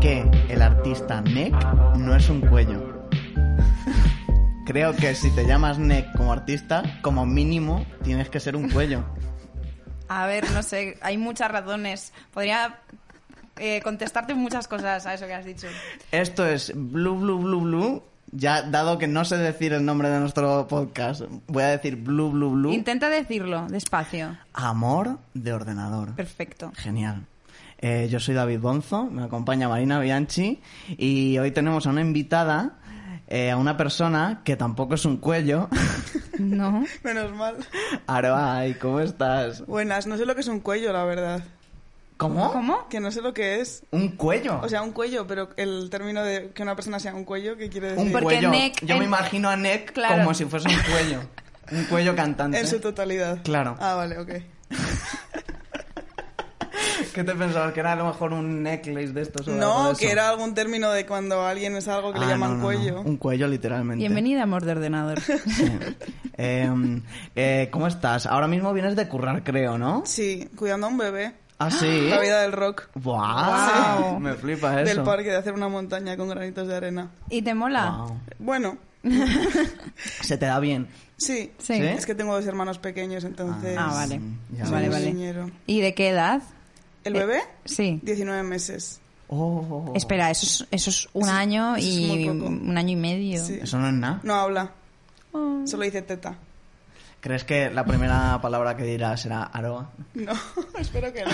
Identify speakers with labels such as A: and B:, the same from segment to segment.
A: que el artista Neck no es un cuello. Creo que si te llamas Neck como artista, como mínimo tienes que ser un cuello.
B: A ver, no sé, hay muchas razones. Podría eh, contestarte muchas cosas a eso que has dicho.
A: Esto es Blue Blue Blue Blue. Ya, dado que no sé decir el nombre de nuestro podcast, voy a decir Blue Blue Blue.
B: Intenta decirlo despacio.
A: Amor de ordenador.
B: Perfecto.
A: Genial. Eh, yo soy David Bonzo, me acompaña Marina Bianchi y hoy tenemos a una invitada, eh, a una persona que tampoco es un cuello.
B: No.
C: Menos mal.
A: Aroay, ¿cómo estás?
C: Buenas, no sé lo que es un cuello, la verdad.
A: ¿Cómo?
B: ¿Cómo?
C: Que no sé lo que es.
A: ¿Un cuello?
C: O sea, un cuello, pero el término de que una persona sea un cuello, ¿qué quiere decir?
A: un
B: Porque
A: cuello.
B: Nick
A: yo me
B: en-
A: imagino a Nick
B: Claro.
A: como si fuese un cuello. un cuello cantante.
C: En su totalidad.
A: ¿eh? Claro.
C: Ah, vale, ok.
A: ¿Qué te pensabas? ¿Que era a lo mejor un necklace de estos? o algo de
C: No,
A: eso?
C: que era algún término de cuando a alguien es algo que
A: Ah,
C: le llaman
A: no, no, no.
C: cuello.
A: Un cuello, literalmente.
B: Bienvenida, amor de ordenador.
A: Sí. Eh, eh, ¿Cómo estás? Ahora mismo vienes de currar, creo, ¿no?
C: Sí, cuidando a un bebé.
A: ¿Ah, sí?
C: La vida del rock.
A: ¡Wow!
B: Sí.
A: Me flipa eso.
C: Del parque, de hacer una montaña con granitos de arena.
B: ¿Y te mola?
A: Guau.
C: Bueno,
A: Se te da bien.
C: sí.
B: Sí.
A: ¿Sí?
C: Es que tengo dos hermanos pequeños, entonces...
B: Ah, vale.
A: Ya
B: vale,
C: soy
A: ves.
B: vale.
C: niñero.
B: ¿Y de qué edad?
C: ¿El
B: Eh,
C: bebé?
B: Sí.
C: 19 meses.
A: Oh.
B: Espera, eso es, eso es un año
C: eso es
B: y
C: muy poco.
B: un año y medio.
C: Sí.
A: Eso no es nada.
C: No habla,
B: Oh.
C: solo dice teta.
A: ¿Crees que la primera palabra que dirás será aroa?
C: No, espero que no.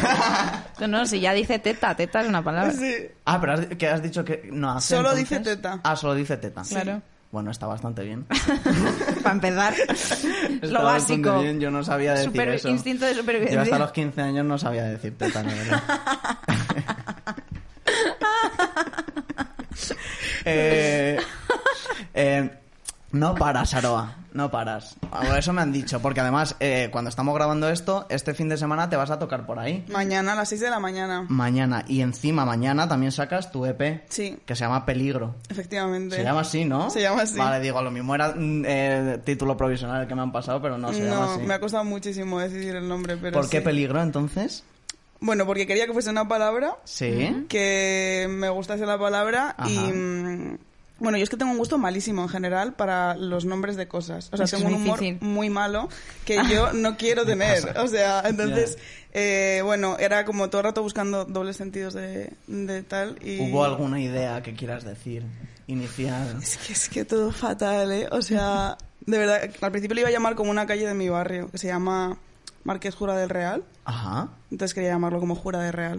B: No, no, si ya dice teta, teta es una palabra.
C: Sí.
A: Ah, pero has, que has dicho que no hace.
C: Solo
A: entonces?
C: dice teta.
A: Ah, solo dice teta.
B: Claro.
A: Bueno, está bastante bien.
B: Para empezar,
A: Está
B: lo
A: bastante
B: básico.
A: bien, Yo no sabía decir
B: Super-
A: eso.
B: instinto de supervivencia.
A: Yo hasta los 15 años no sabía decir teta, la verdad. Eh, eh, no paras, Aroa. No paras. Bueno, Eso me han dicho, porque además, eh, cuando estamos grabando esto, este fin de semana te vas a tocar por ahí.
C: Mañana a las 6 de la mañana.
A: Mañana. Y encima, mañana también sacas tu EP.
C: Sí.
A: Que se llama Peligro.
C: Efectivamente.
A: Se llama así, ¿no?
C: Se llama así.
A: Vale, digo, a lo mismo era mm, eh, título provisional el que me han pasado, pero no, se llama
C: No,
A: así.
C: me ha costado muchísimo decidir el nombre, pero
A: ¿Por qué
C: sí.
A: peligro entonces?
C: Bueno, porque quería que fuese una palabra
A: Sí.
C: Mm-hmm. que me gustase la palabra
A: Ajá.
C: y mm, bueno, yo es que tengo un gusto malísimo en general para los nombres de cosas. O sea,
B: Es que
C: tengo
B: es
C: un humor
B: difícil.
C: muy malo que yo no quiero tener. O sea, entonces, eh, bueno, era como todo el rato buscando dobles sentidos de, de tal y...
A: ¿Hubo alguna idea que quieras decir? Inicial.
C: Es que es que todo fatal, ¿eh? O sea, de verdad, al principio le iba a llamar como una calle de mi barrio, que se llama Marqués Jura del Real.
A: Ajá.
C: Entonces quería llamarlo como Jura del Real.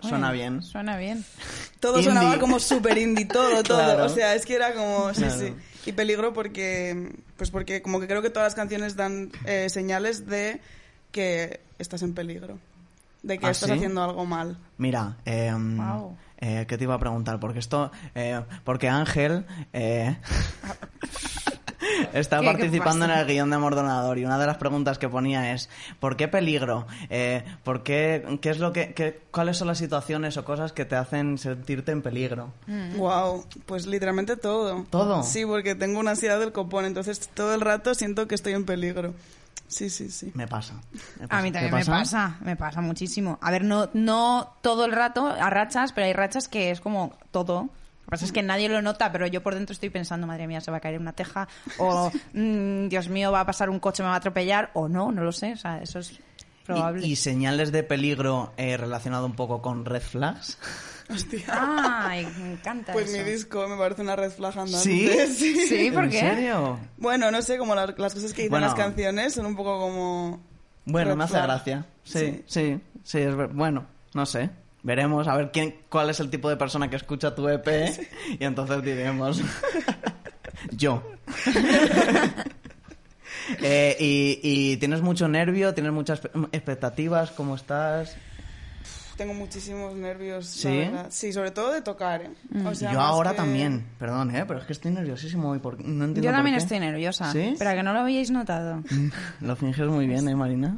B: Bueno,
A: Suena bien.
B: Suena bien.
C: Todo
A: Indie.
C: sonaba como súper indie, todo, todo.
A: Claro.
C: O sea, es que era como, sí,
A: Claro.
C: sí. Y peligro porque, pues porque como que creo que todas las canciones dan eh, señales de que estás en peligro. De que
A: ¿Ah,
C: estás
A: sí?
C: haciendo algo mal.
A: Mira, eh,
B: Guau.
A: eh, ¿qué te iba a preguntar? Porque esto, eh, porque Ángel eh, está
B: ¿Qué- qué
A: participando en
B: pasa?
A: el guión de Mordonador y una de las preguntas que ponía es ¿por qué peligro? Eh, ¿Por qué, qué es lo que, qué- cuáles son las situaciones o cosas que te hacen sentirte en peligro?
C: Wow, pues literalmente todo.
A: ¿Todo?
C: Sí, porque tengo una ansiedad del copón, entonces todo el rato siento que estoy en peligro. Sí, sí, sí.
A: Me pasa. me
B: A
A: pasa.
B: mí
A: ¿Te
B: también me pasa, me pasa muchísimo. A ver, no, no todo el rato a rachas, pero hay rachas que es como todo. Lo que pasa es que nadie lo nota, pero yo por dentro estoy pensando, madre mía, se va a caer una teja, o mm, Dios mío, va a pasar un coche, me va a atropellar, o no, no lo sé, o sea, eso es probable.
A: ¿Y, y señales de peligro eh, relacionado un poco con red flags?
C: Hostia.
B: Ay, me encanta
C: Ah, Pues mi
B: eso.
C: disco me parece una red flag andante.
B: Sí, ¿por
A: ¿En
B: qué?
A: serio?
C: Bueno, no sé, como la- las cosas que dicen
A: Bueno.
C: las canciones son un poco como...
A: Bueno,
C: red
A: me hace
C: flag.
A: gracia. Sí,
C: Sí.
A: sí, sí, es ver- bueno, no sé. Veremos a ver quién, cuál es el tipo de persona que escucha tu EP y entonces diremos. Yo. Eh, y, y tienes mucho nervio, tienes muchas expe- expectativas, ¿cómo estás?
C: Tengo muchísimos nervios,
A: ¿Sí?
C: ¿Sí? Sí, sobre todo de tocar, ¿eh? O
B: Pues
C: sea,
A: Yo
C: más
A: ahora
C: que-
A: también, perdón, ¿eh? pero es que estoy nerviosísimo hoy porque no entiendo
B: Yo
A: por
B: también
A: qué.
B: estoy nerviosa,
A: ¿Sí?
B: pero a que no lo habíais notado.
A: Lo finges muy bien, ¿eh, Marina?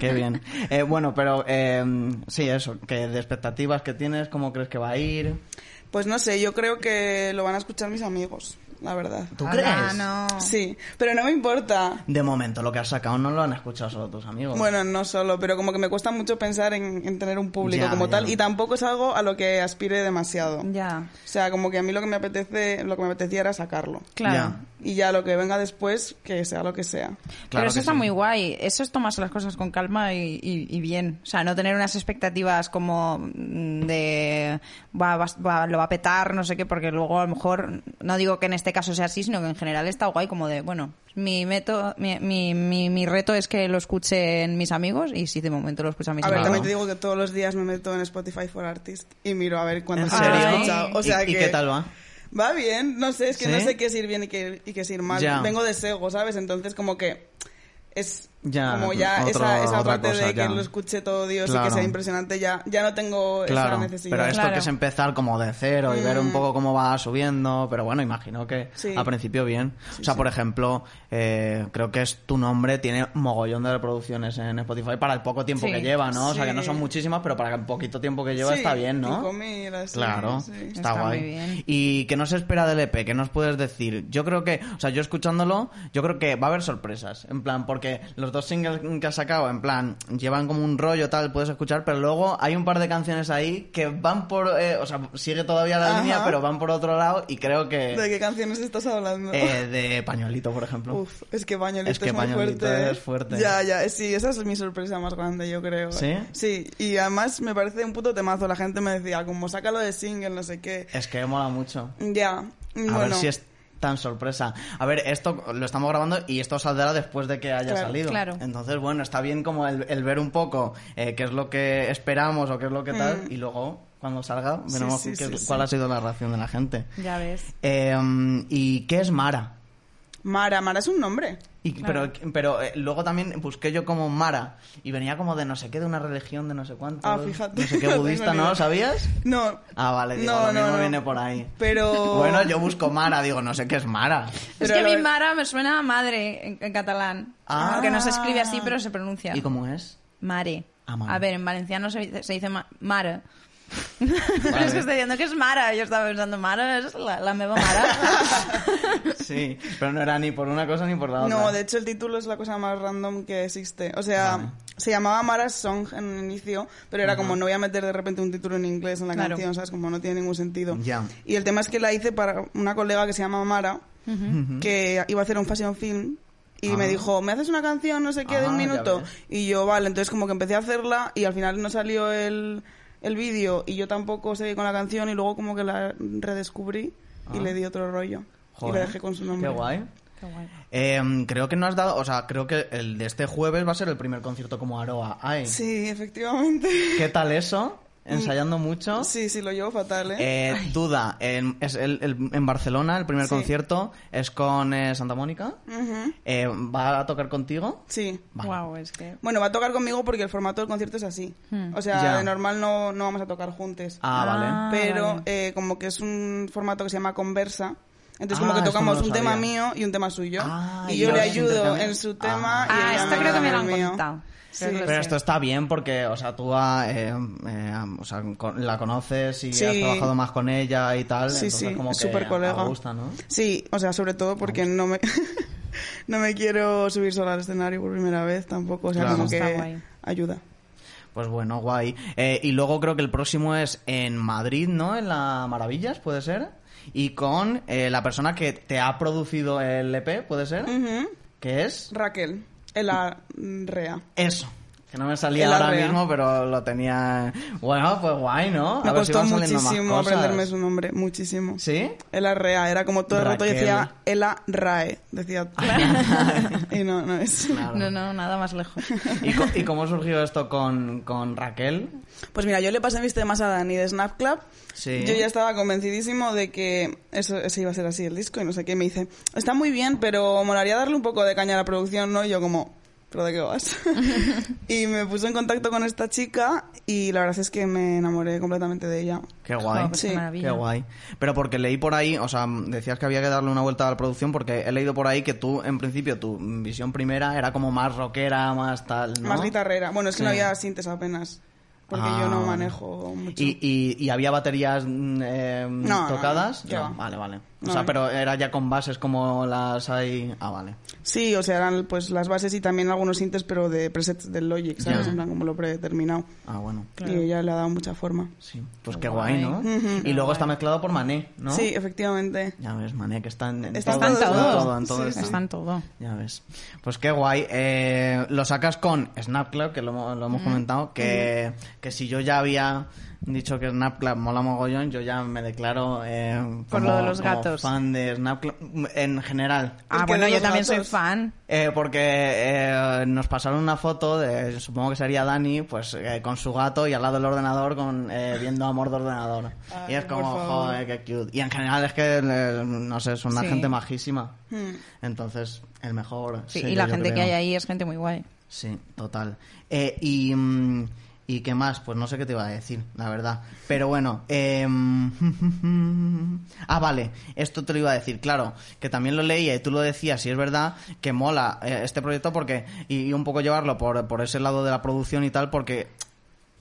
A: Qué bien. Eh, bueno, pero eh, sí, eso, que de expectativas que tienes, cómo crees que va a ir.
C: Pues no sé, yo creo que lo van a escuchar mis amigos. la verdad.
A: ¿Tú
B: Ala,
A: crees?
B: no.
C: Sí, pero no me importa.
A: De momento, lo que has sacado no lo han escuchado solo tus amigos.
C: Bueno, no solo, pero como que me cuesta mucho pensar en, en tener un público
A: Ya,
C: como
A: ya.
C: tal y tampoco es algo a lo que aspire demasiado.
B: Ya.
C: O sea, como que a mí lo que me apetece, lo que me apetecía era sacarlo.
B: Claro.
C: Y ya lo que venga después, que sea lo que sea.
A: Claro
B: Pero eso
A: que
B: está
A: sí.
B: muy guay. Eso es tomarse las cosas con calma y, y- y bien. O sea, no tener unas expectativas como mm, de va, va- va- lo va a petar, no sé qué, porque luego a lo mejor, no digo que en este caso sea así, sino que en general está guay como de, bueno, mi, meto, mi, mi, mi- mi reto es que lo escuchen mis amigos y si de momento lo escuchan mis
C: A ver,
B: amigos.
C: también te digo que todos los días me meto en Spotify for Artists y miro a ver cuánto
A: ¿En
C: se
A: serio?
C: ha escuchado. O sea
A: ¿Y, y
C: que
A: qué tal va?
C: Va bien, no sé, es que no
A: ¿Sí?
C: sé qué es ir bien y qué, y qué es ir mal.
A: Ya.
C: Vengo de Sego, ¿sabes? Entonces como que es
A: Ya,
C: como ya
A: otra-
C: esa, esa
A: otra
C: parte
A: cosa,
C: de
A: ya.
C: que lo escuche todo Dios y
A: Claro.
C: que sea impresionante, ya, ya no tengo
A: Claro,
C: esa
A: pero
C: necesidad. Mm.
A: esto
B: Claro.
A: que es empezar como de cero y ver un poco cómo va subiendo, pero bueno, imagino que
C: Sí.
A: a principio bien. o sea, por ejemplo, eh, creo que es tu nombre, tiene mogollón de reproducciones en Spotify para el poco tiempo
B: Sí.
A: que lleva, ¿no? O sea, que no
C: Sí.
A: son muchísimas, pero para el poquito tiempo que lleva
C: Sí,
A: está bien, ¿no?
C: 5.000, así,
A: Claro,
C: sí.
A: está,
B: Está muy
A: guay.
B: bien.
A: ¿Y qué nos espera del EP? ¿Qué nos puedes decir? Yo creo que, o sea, yo escuchándolo, yo creo que va a haber sorpresas. En plan, porque los dos singles que has sacado, en plan, llevan como un rollo tal, puedes escuchar, pero luego hay un par de canciones ahí que van por, eh, o sea, sigue todavía la
C: Ajá.
A: línea, pero van por otro lado y creo que...
C: ¿De qué canciones estás hablando?
A: eh, de pañuelito, por ejemplo.
C: Uf, es que Pañolito
A: Es
C: es,
A: que
C: muy
A: Pañolito
C: fuerte. ¿eh?
A: es fuerte.
C: Ya, ya, sí, esa es mi sorpresa más grande, yo creo. ¿eh?
A: ¿Sí?
C: Sí, y además me parece un puto temazo. La gente me decía, como sácalo de single, no sé qué.
A: Es que mola mucho.
C: Ya,
A: A
C: bueno.
A: ver si es tan sorpresa. A ver, esto lo estamos grabando y esto saldrá después de que haya
C: Claro,
A: salido.
B: claro.
A: Entonces, bueno, está bien como el, el ver un poco eh, qué es lo que esperamos o qué es lo que tal y luego cuando salga
C: Mm. Sí,
A: veremos
C: sí,
A: qué-
C: sí,
A: cuál
C: sí.
A: ha sido la reacción de la gente.
B: Ya ves.
A: Eh, ¿Y qué es Mara?
C: Mara, Mara es un nombre.
A: Y-
B: Claro.
A: Pero, pero eh, luego también busqué yo como Mara y venía como de no sé qué, de una religión, de no sé cuánto.
C: Ah, fíjate.
A: No sé qué
C: No tengo
A: budista,
C: ni
A: ¿no?
C: idea.
A: ¿Lo ¿Sabías?
C: No.
A: Ah, vale, digo,
C: No,
A: lo
C: no,
A: mismo
C: no. Oh.
A: viene por ahí.
C: Pero.
A: Bueno, yo busco Mara, digo, no sé qué es Mara.
C: Pero
B: es que
C: lo-
B: mi Mara me suena a madre en, en catalán.
A: Ah.
B: Aunque no se escribe así, pero se pronuncia.
A: ¿Y cómo es?
B: Mare.
A: Ah, mare.
B: A ver, en valenciano se dice, se dice ma- mare.
A: Vale.
B: Pero es que estoy diciendo que es Mara. Yo estaba pensando, Mara es la, la meva Mara.
A: Sí, pero no era ni por una cosa ni por la otra.
C: No, de hecho el título es la cosa más random que existe. O sea,
A: Vale.
C: se llamaba Mara's Song en el inicio, pero era como no voy a meter de repente un título en inglés en la
B: Claro.
C: canción, ¿sabes? Como no tiene ningún sentido.
A: Ya.
C: Y el tema es que la hice para una colega que se llama Mara, que iba a hacer un fashion film. Y
A: Ah.
C: me dijo, ¿me haces una canción no sé qué de
A: Ah, ya
C: un minuto?
A: ves.
C: Y yo, vale, entonces como que empecé a hacerla y al final no salió el, el vídeo y yo tampoco seguí con la canción y luego como que la redescubrí y
A: Ah.
C: le di otro rollo. Y
A: Joder,
C: la dejé con su nombre.
A: Qué guay.
B: Qué guay.
A: Eh, creo que no has dado, o sea, creo que el de este jueves va a ser el primer concierto como Aroa. Ay,
C: Sí, efectivamente.
A: ¿qué tal eso? Ensayando mucho.
C: Sí, sí, lo llevo fatal, ¿eh?
A: Eh, duda, en, es el- el- en Barcelona el primer
C: Sí.
A: concierto es con eh, Santa Mónica.
C: Ujú.
A: Eh, ¿Va a tocar contigo?
C: Sí.
A: Vale.
B: Wow, es que...
C: Bueno, va a tocar conmigo porque el formato del concierto es así. O sea,
A: Hmm. Ya.
C: de normal no, no vamos a tocar juntos.
A: Ah,
B: Ah,
A: vale.
C: pero
B: vale.
C: eh, como que es un formato que se llama conversa. Entonces
A: Ah,
C: como que
A: esto
C: tocamos
A: no lo
C: un tema
A: sabía.
C: mío y un tema suyo.
A: Ah,
C: y
A: y
C: yo le
A: los
C: ayudo
A: intercambian.
C: en su tema.
A: Ah,
C: y
B: Ah,
C: ella
B: esto creo que me lo
C: da
B: han
C: el mío.
B: contado.
C: Pues Sí.
B: Creo que
A: Pero
B: sí.
A: esto está bien porque, o sea, tú ah, eh, eh, o sea, con- la conoces y
C: Sí.
A: has trabajado más con ella y tal.
C: Sí,
A: entonces
C: sí,
A: como que
C: súper colega.
A: a gusta, ¿no?
C: Sí, o sea, sobre todo porque no me, no me quiero subir sola al escenario por primera vez tampoco. O sea,
A: Claro.
C: como
B: Está
C: que
B: guay.
C: ayuda.
A: Pues bueno, guay. Eh, y luego creo que el próximo es en Madrid, ¿no? En la Maravillas, puede ser. Y con eh, la persona que te ha producido el EP, puede ser.
C: Ujú.
A: Que es
C: Raquel, el Rea.
A: eso. Que no me salía
C: El
A: ahora
C: arrea.
A: mismo, pero lo tenía. Bueno, pues guay, ¿no?
C: Me
A: a ver si
C: costó
A: van saliendo más
C: muchísimo
A: cosas.
C: aprenderme su nombre, muchísimo.
A: ¿Sí?
C: El Arrea, era como todo el rato yo
A: Raquel.
C: decía Ela Rae, decía. y no, no es.
A: Claro.
B: No, no, nada más lejos.
A: ¿Y, co- y cómo surgió esto con, con Raquel?
C: Pues mira, yo le pasé mis temas a Dani de Snap Club.
A: Sí.
C: Yo ya estaba convencidísimo de que eso, ese iba a ser así el disco y no sé qué. Y me dice, está muy bien, pero molaría darle un poco de caña a la producción, ¿no? Y yo como, ¿pero de qué vas? y me puso en contacto con esta chica y la verdad es que me enamoré completamente de ella.
A: Qué guay.
B: Joder, pues qué
C: Sí,
B: maravilla.
A: Qué guay. Pero porque leí por ahí, o sea, decías que había que darle una vuelta a la producción porque he leído por ahí que tú, en principio, tu visión primera era como más rockera, más tal, ¿no?
C: Más guitarrera. Bueno, es que no
A: Sí.
C: había sintes apenas. Porque
A: Ah.
C: yo no manejo mucho.
A: ¿Y, y, y había baterías mm, eh,
C: No, no,
A: tocadas?
C: no, yo.
A: Vale, vale. O sea,
C: Ah.
A: pero era ya con bases como las hay. Ah, vale.
C: Sí, o sea, eran pues las bases y también algunos sintes, pero de presets del Logic, ¿sabes?
A: Ya.
C: En plan, como lo predeterminado.
A: Ah, bueno.
C: Y ella le ha dado mucha forma.
A: Sí. Pues qué guay,
B: Guay.
A: ¿no?
C: Ujú.
A: Y luego está mezclado por Mané, ¿no?
C: Sí, efectivamente.
A: Ya ves, Mané, que está en, en
C: Está
A: todo,
C: en
A: está en
C: todo.
A: todo, en todo
C: Sí,
A: está.
C: sí.
B: Está en todo.
A: Ya ves. Pues qué guay. Eh, lo sacas con Snapclap, que lo, hemo- lo hemos comentado, que, que si yo ya había dicho que Snapclap mola mogollón, yo ya me declaro eh, como,
B: Por lo de los
A: como
B: gatos.
A: fan de Snapclap en general.
B: Ah,
C: que
B: bueno,
C: de
B: yo
C: los
B: también soy
C: gatos.
B: fan.
A: Eh, porque eh, nos pasaron una foto de, supongo que sería Dani, pues eh, con su gato y al lado del ordenador con, eh, viendo amor de ordenador.
C: Ay,
A: y es como,
C: por favor.
A: joder, qué cute. Y en general es que, eh, no sé, son una
B: Sí.
A: gente majísima.
C: Hmm.
A: Entonces, el mejor.
B: Sí,
A: sello,
B: y la
A: yo
B: gente que
A: creo.
B: hay ahí es gente muy guay.
A: Sí, total. Eh, y, mm, ¿Y qué más? Pues no sé qué te iba a decir, la verdad. Pero bueno. eh, ah, vale. Esto te lo iba a decir, claro. Que también lo leía y tú lo decías, y es verdad que mola eh, este proyecto porque. Y, y un poco llevarlo por, por ese lado de la producción y tal, porque.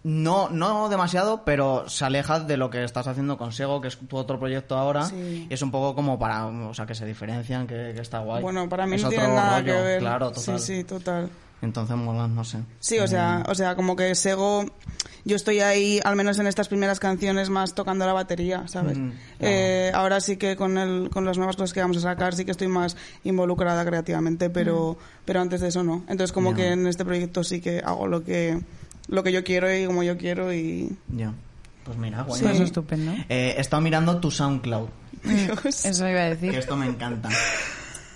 A: No, no demasiado, pero se aleja de lo que estás haciendo con Sego, que es tu otro proyecto ahora.
C: Sí.
A: Y es un poco como para, o sea, que se diferencian, que, que está guay.
C: Bueno, para mí
A: Es
C: no tiene
A: otro
C: nada
A: rollo,
C: que ver.
A: Claro, total.
C: Sí, sí, total.
A: Entonces mola, no sé. Eh,
C: Sí, o sea,
A: Mm.
C: o sea, como que Sego, yo estoy ahí, al menos en estas primeras canciones, más tocando la batería, ¿sabes?
A: Mm,
C: Eh, ahora sí que con, el, con las nuevas cosas que vamos a sacar, sí que estoy más involucrada creativamente, pero, pero antes de eso no. Entonces como
A: Mm. Ya.
C: que en este proyecto sí que hago lo que, lo que yo quiero y como yo quiero y...
A: Ya. Pues mira, guay.
C: Sí.
B: Eso es estupendo.
A: Eh, he estado mirando tu SoundCloud, Mm,
C: Dios.
B: Eso iba a
A: que
B: decir.
A: esto me encanta.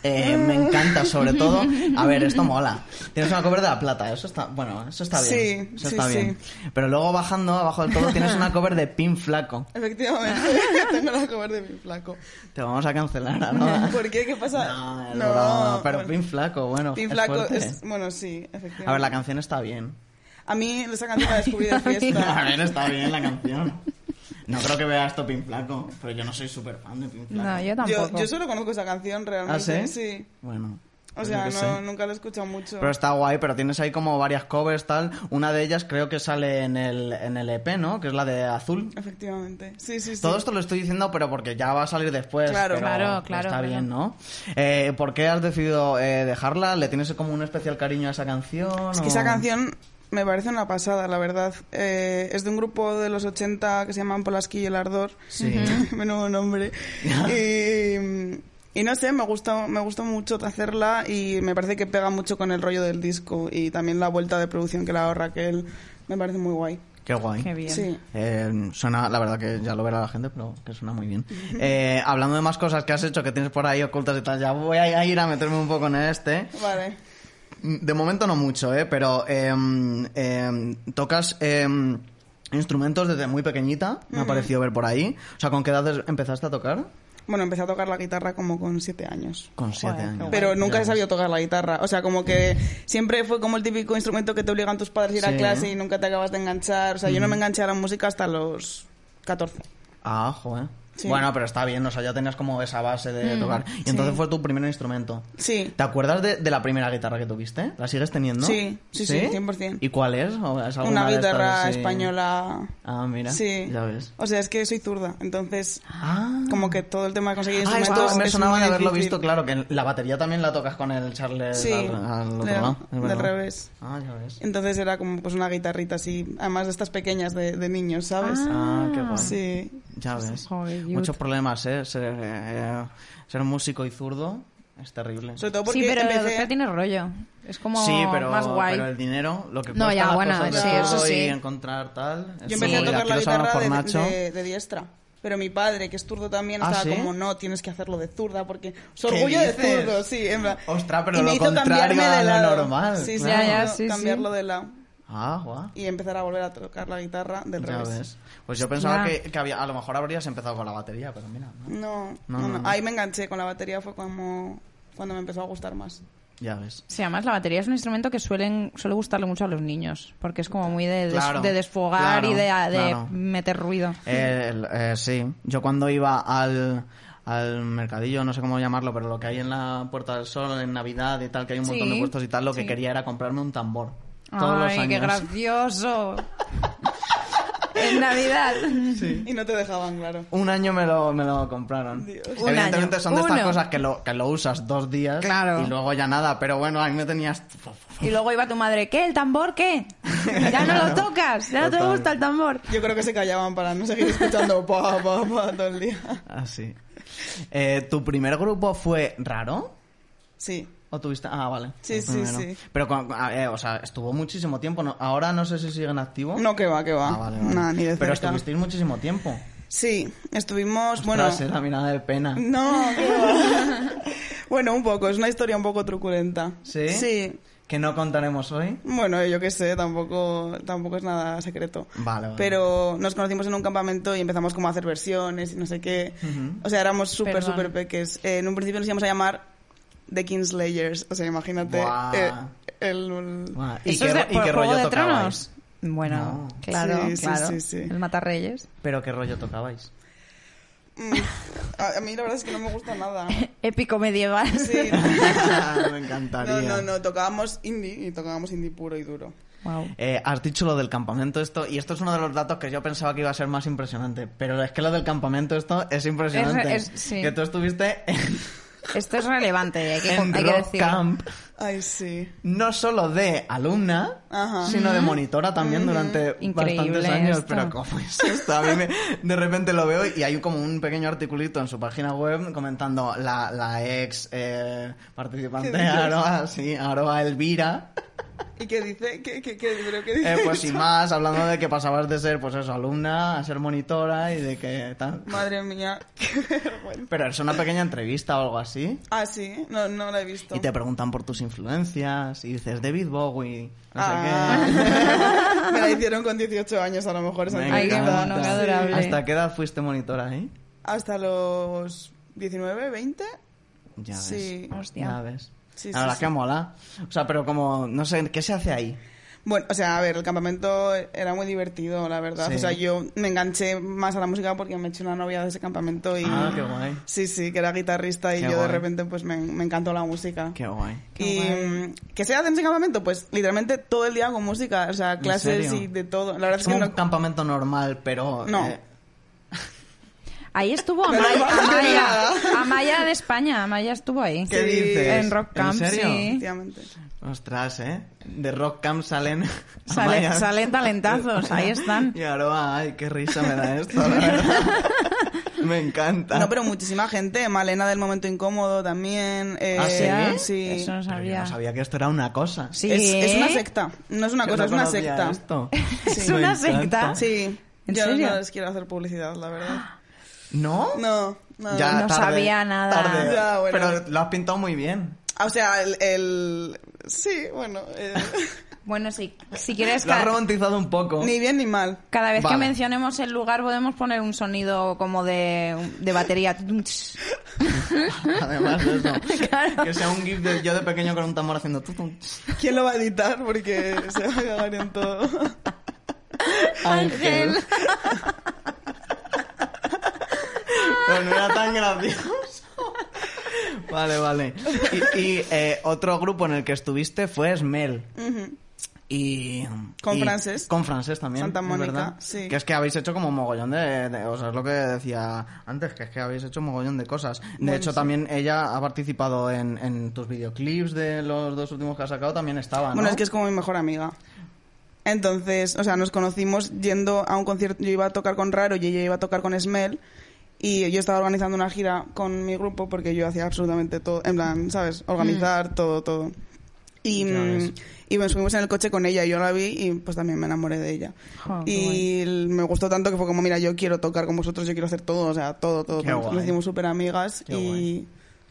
A: Eh, me encanta, sobre todo. A ver, esto mola. Tienes una cover de la plata, eso está, bueno, eso está bien.
C: Sí,
A: eso
C: sí,
A: está bien. Pero luego bajando, abajo del todo, tienes una cover de Pin Flaco.
C: Efectivamente, tengo la cover de mi flaco.
A: Te vamos a cancelar, ¿no?
C: ¿Por qué? ¿Qué pasa?
A: Ah. No, es broma, pero
C: bueno.
A: Pin Flaco, bueno.
C: Pues, Pin
A: es
C: flaco
A: fuerte.
C: es... Bueno, sí, efectivamente.
A: A ver, la canción está bien.
C: A mí esa canción la descubrí de
A: A
C: fiesta.
A: ver, está bien la canción. No creo que vea esto Pin Flaco, pero yo no soy súper fan de Pin Flaco.
B: No, yo
C: Yo,
B: tampoco.
C: yo solo conozco esa canción realmente.
A: ¿Ah, sí?
C: Sí.
A: Bueno.
C: O
A: pues
C: sea,
A: yo qué
C: no,
A: sé.
C: nunca la he escuchado mucho.
A: Pero está guay, pero tienes ahí como varias covers, tal. Una de ellas creo que sale en el, en el EP, ¿no? Que es la de Azul.
C: Efectivamente. Sí, sí, sí.
A: Todo esto lo estoy diciendo, pero porque ya va a salir después.
C: Claro.
A: pero
B: Claro, claro,
A: Está
B: claro.
A: bien, ¿no? Eh, ¿Por qué has decidido eh, dejarla? ¿Le tienes como un especial cariño a esa canción?
C: Es que
A: o-
C: esa canción me parece una pasada, la verdad. Eh, es de un grupo de los 80 que se llaman Polaski y el Ardor.
A: Sí.
C: Menudo nombre. y, y no sé, me gustó, me gustó mucho hacerla y me parece que pega mucho con el rollo del disco y también la vuelta de producción que le ha dado Raquel. Me parece muy guay.
A: Qué guay.
B: Qué bien.
C: Sí.
A: Eh, suena, la verdad que ya lo verá la gente, pero que suena muy bien. Eh, hablando de más cosas que has hecho, que tienes por ahí ocultas y tal, ya voy a ir a meterme un poco en este.
C: Vale.
A: De momento no mucho, ¿eh? Pero em, em, tocas em, instrumentos desde muy pequeñita, me ha parecido ver por ahí. O sea, ¿con qué edad empezaste a tocar?
C: Bueno, empecé a tocar la guitarra como con siete años.
A: Con siete
B: Joder, qué
A: años.
C: Pero nunca
A: Ya
C: he
A: ves.
C: sabido tocar la guitarra. O sea, como que siempre fue como el típico instrumento que te obligan tus padres a ir
A: Sí.
C: a clase y nunca te acabas de enganchar. O sea, yo no me enganché a la música hasta los 14.
A: Ah, joder.
C: Sí.
A: Bueno, pero está bien, o sea, ya tenías como esa base de tocar. Y entonces fue tu primer instrumento.
C: Sí.
A: ¿Te acuerdas de, de la primera guitarra que tuviste? ¿La sigues teniendo?
C: Sí, sí, sí, 100%.
A: ¿Y cuál es? ¿O es alguna
C: Una
A: de estas
C: guitarra
A: así?
C: española.
A: Ah, mira.
C: Sí.
A: Ya ves.
C: O sea, es que soy zurda. Entonces,
A: Ah.
C: como que todo el tema de conseguir
A: Ah,
C: instrumentos.
A: esto me
C: es
A: sonaba
C: muy
A: de haberlo
C: difícil.
A: visto, claro, que la batería también la tocas con el Charles
C: Sí,
A: al, al otro
C: de-
A: lado. es
C: del
A: verdad.
C: revés.
A: Ah, ya ves.
C: Entonces era como pues una guitarrita así. Además de estas pequeñas de, de niños, ¿sabes?
A: Ah, qué guay.
C: Sí.
A: Ya
C: Pues,
A: ves.
B: Joder, youth.
A: Muchos problemas, ¿eh? Ser, eh, ser músico y zurdo es terrible.
C: Sobre todo porque
B: Sí, pero
C: empecé...
B: pero tiene rollo. Es como
A: sí, pero,
B: más guay.
A: pero el dinero, lo que
B: No,
A: cuesta
B: ya,
A: las
B: bueno,
A: cosas de
C: sí,
A: zurdo
B: eso sí.
A: y encontrar tal.
C: Yo empecé
A: Sí,
C: a tocar la
A: aquí lo sabemos
C: guitarra
A: por
C: de,
A: Nacho.
C: de- de diestra. Pero mi padre, que es zurdo también,
A: ¿Ah,
C: estaba
A: sí?
C: como, no, tienes que hacerlo de zurda, porque su
A: ¿Qué
C: orgullo de
A: dices?
C: zurdo, sí. En plan.
A: Ostras, pero
C: y
A: lo
C: me hizo
A: contrario
C: cambiarme
A: a
C: de
A: lo
C: lado.
A: normal,
C: Sí, sí,
A: claro.
B: Ya, ya,
C: no,
B: sí, sí.
C: cambiarlo de lado
A: Ah, guau.
C: y empezar a volver a tocar la guitarra del
A: Ya
C: revés.
A: ves. Pues yo pensaba
B: Ya.
A: que, que había, a lo mejor habrías empezado con la batería, pero mira. ¿no?
C: No,
A: No,
C: no, no.
A: no, no.
C: Ahí me enganché con la batería, fue como cuando me empezó a gustar más.
A: Ya ves.
B: Sí, además la batería es un instrumento que suelen, suele gustarle mucho a los niños, porque es como muy de, des-
A: Claro,
B: de desfogar y de,
A: claro,
B: de
A: claro.
B: meter ruido.
A: Eh, el- eh, sí, yo cuando iba al, al mercadillo, no sé cómo llamarlo, pero lo que hay en la Puerta del Sol en Navidad y tal, que hay un montón
B: Sí,
A: de puestos y tal, lo que
B: sí.
A: quería era comprarme un tambor. Todos
B: Ay,
A: los años.
B: qué gracioso. en Navidad.
C: Y no te dejaban, claro.
A: Un año me lo, me lo compraron.
C: Dios.
B: Un
A: Evidentemente
B: año.
A: son de estas
B: Uno.
A: cosas que lo, que lo usas dos días
B: Claro.
A: y luego ya nada. Pero bueno, a mí me tenías...
B: Y luego iba tu madre, ¿qué? ¿El tambor qué? Ya no lo tocas, ya no te
A: Total.
B: gusta el tambor.
C: Yo creo que se callaban para no seguir escuchando pa, pa, pa todo el día.
A: Así. Eh, ¿Tu primer grupo fue raro?
C: Sí.
A: ¿O tuviste...? Ah, vale.
C: Sí,
A: el
C: sí,
A: primero.
C: sí.
A: Pero, con- ah, eh, o sea, estuvo muchísimo tiempo. ¿no? Ahora no sé si siguen activos.
C: No, que va, que va.
A: Ah, vale, vale.
C: Nada, ni de
A: Pero
C: cerca.
A: estuvisteis muchísimo tiempo.
C: Sí, estuvimos, bueno...
A: Tras la mirada de pena.
B: Mm.
C: No, que va. Bueno, un poco, es una historia un poco truculenta.
A: ¿Sí?
C: Sí.
A: Que no contaremos hoy.
C: Bueno, yo qué sé, tampoco, tampoco es nada secreto.
A: Vale, vale.
C: Pero nos conocimos en un campamento y empezamos como a hacer versiones y no sé qué. O sea, éramos súper,
B: Perdón.
C: súper peques. Eh, en un principio nos íbamos a llamar The Kingslayers. O sea, imagínate
A: Buah.
C: eh, el... el-
A: Buah,
B: ¿Eso
A: qué,
B: es de,
A: ro- y
B: por
A: qué
B: Juego
A: rollo
B: de
A: tocabais?
B: Tronos? Bueno,
A: No.
B: claro,
C: Sí, sí,
B: claro.
C: sí, sí.
B: El Matarreyes.
A: ¿Pero qué rollo tocabais?
C: Mm, a, a mí la verdad es que no me gusta nada.
B: Épico medieval.
C: Sí.
A: Me
C: No,
A: encantaría.
C: no, no, tocábamos indie y tocábamos indie puro y duro.
B: Wow.
A: Eh, has dicho lo del campamento esto, y esto es uno de los datos que yo pensaba que iba a ser más impresionante, pero es que lo del campamento esto es impresionante.
B: Es- es- sí.
A: Que tú estuviste en,
B: Esto es relevante, hay que,
A: en
B: hay que
A: Rock
B: decirlo.
A: Camp,
C: Ay, sí.
A: no solo de alumna,
C: Ajá.
A: sino de monitora también durante
B: Increíble
A: bastantes años.
B: esto.
A: Pero ¿cómo es esto? A mí me- de repente lo veo y hay como un pequeño articulito en su página web comentando la, la ex eh, participante Aroa, sí, Aroa Elvira.
C: ¿Y qué dice? ¿Qué, qué, qué, pero qué dice?
A: Eh, pues sin más, hablando de que pasabas de ser, pues eso, alumna a ser monitora y de que tal.
C: Madre mía, qué vergüenza.
A: Pero es una pequeña entrevista o algo así.
C: Ah, sí, no, no la he visto.
A: Y te preguntan por tus influencias y dices David Bowie, no
C: Ah.
A: sé
C: Me la hicieron con 18 años a lo mejor.
A: qué.
C: esa
A: Me
B: Ay, qué
A: encanta.
C: entrevista.
B: mono, qué adorable.
A: ¿Hasta qué edad fuiste monitora ahí?
C: Hasta los 19, 20.
A: Ya ves.
C: Sí.
B: Hostia.
A: Ya ves.
C: Sí,
A: la
C: sí,
A: verdad
C: sí.
A: que mola. O sea, pero como, no sé, ¿qué se hace ahí?
C: Bueno, o sea, a ver, el campamento era muy divertido, la verdad.
A: Sí.
C: O sea, yo me enganché más a la música porque me eché una novia de ese campamento y...
A: Ah, qué guay.
C: Sí, sí, que era guitarrista y
A: Qué
C: yo de
A: guay.
C: repente pues me, me encantó la música.
A: Qué guay.
C: y mm, ¿qué se hace en ese campamento? Pues literalmente todo el día con música, o sea, clases
A: serio?
C: y de todo. La
A: Es
C: verdad es
A: como
C: que
A: un
C: no...
A: campamento normal, pero...
C: No.
A: eh,
B: Ahí estuvo
C: Pero
B: Amaya,
C: no pasa
B: Amaya,
C: nada.
B: Amaya de España, Amaya estuvo ahí.
A: ¿Qué
C: Sí.
A: dices?
B: En Rock Camp,
A: serio?
B: sí.
C: Efectivamente.
A: Ostras, ¿eh? De Rock Camp salen...
B: Sale-
A: Amaya.
B: salen talentazos, ahí están.
A: Y Aroa, ay, qué risa me da esto, la verdad. Me encanta.
C: No, pero muchísima gente. Malena del momento incómodo también. eh,
A: ¿Ah, sí?
B: Eso no
A: Pero yo
B: sabía.
A: no sabía que esto era una cosa.
B: Sí. ¿eh?
C: Es, es una secta. No es una
A: Yo
C: cosa,
A: no
C: es una
A: conocía
C: secta.
A: esto.
B: Es
A: Me
B: una
A: encanta.
B: secta.
C: Sí.
B: ¿En
C: Yo
B: serio?
C: no les quiero hacer publicidad, la verdad.
A: ¿No?
C: No, no.
A: Ya,
B: No
A: tarde,
B: sabía nada.
A: tarde.
C: Ya, bueno.
A: Pero lo has pintado muy bien.
C: Ah, O sea, el... el- Sí, bueno. eh,
B: Bueno, sí, si quieres,
A: Lo has
B: ca-
A: romantizado un poco.
C: ni bien ni mal.
B: cada vez que
A: Vale.
B: mencionemos el lugar podemos poner un sonido como de, de batería.
A: Además de eso.
B: Claro.
A: Que sea un gif de yo de pequeño con un tambor haciendo... tu, tu.
C: ¿Quién lo va a editar? Porque se va a cagar en todo.
B: Ángel.
A: Pero no era tan gracioso. Vale, vale. Y, y, eh, otro grupo en el que estuviste fue Smell.
C: Ujú.
A: Y.
C: Con
A: y-
C: francés.
A: Con francés también.
C: Santa
A: es
C: Mónica,
A: verdad.
C: sí.
A: Que es que habéis hecho como mogollón de, de- O sea, es lo que decía antes, que es que habéis hecho mogollón de cosas. De
C: Bueno,
A: hecho,
C: sí.
A: también ella ha participado en, en tus videoclips de los dos últimos que has sacado, también estaba. Ah, ¿no?
C: Bueno, es que es como mi mejor amiga. Entonces, o sea, nos conocimos yendo a un concierto. Yo iba a tocar con Raro y ella iba a tocar con Smell. Y yo estaba organizando una gira con mi grupo porque yo hacía absolutamente todo. En plan, ¿sabes? Organizar
A: Mm.
C: todo, todo. Y,
A: Ya ves.
C: mm, y nos fuimos en el coche con ella y yo la vi y pues también me enamoré de ella.
B: Jo,
A: Ah,
B: qué
C: y l- me gustó tanto que fue como, mira, yo quiero tocar con vosotros, yo quiero hacer todo, o sea, todo, todo.
A: Qué
C: todo.
A: guay.
C: Nos hicimos súper amigas
A: Qué
C: y...
A: guay.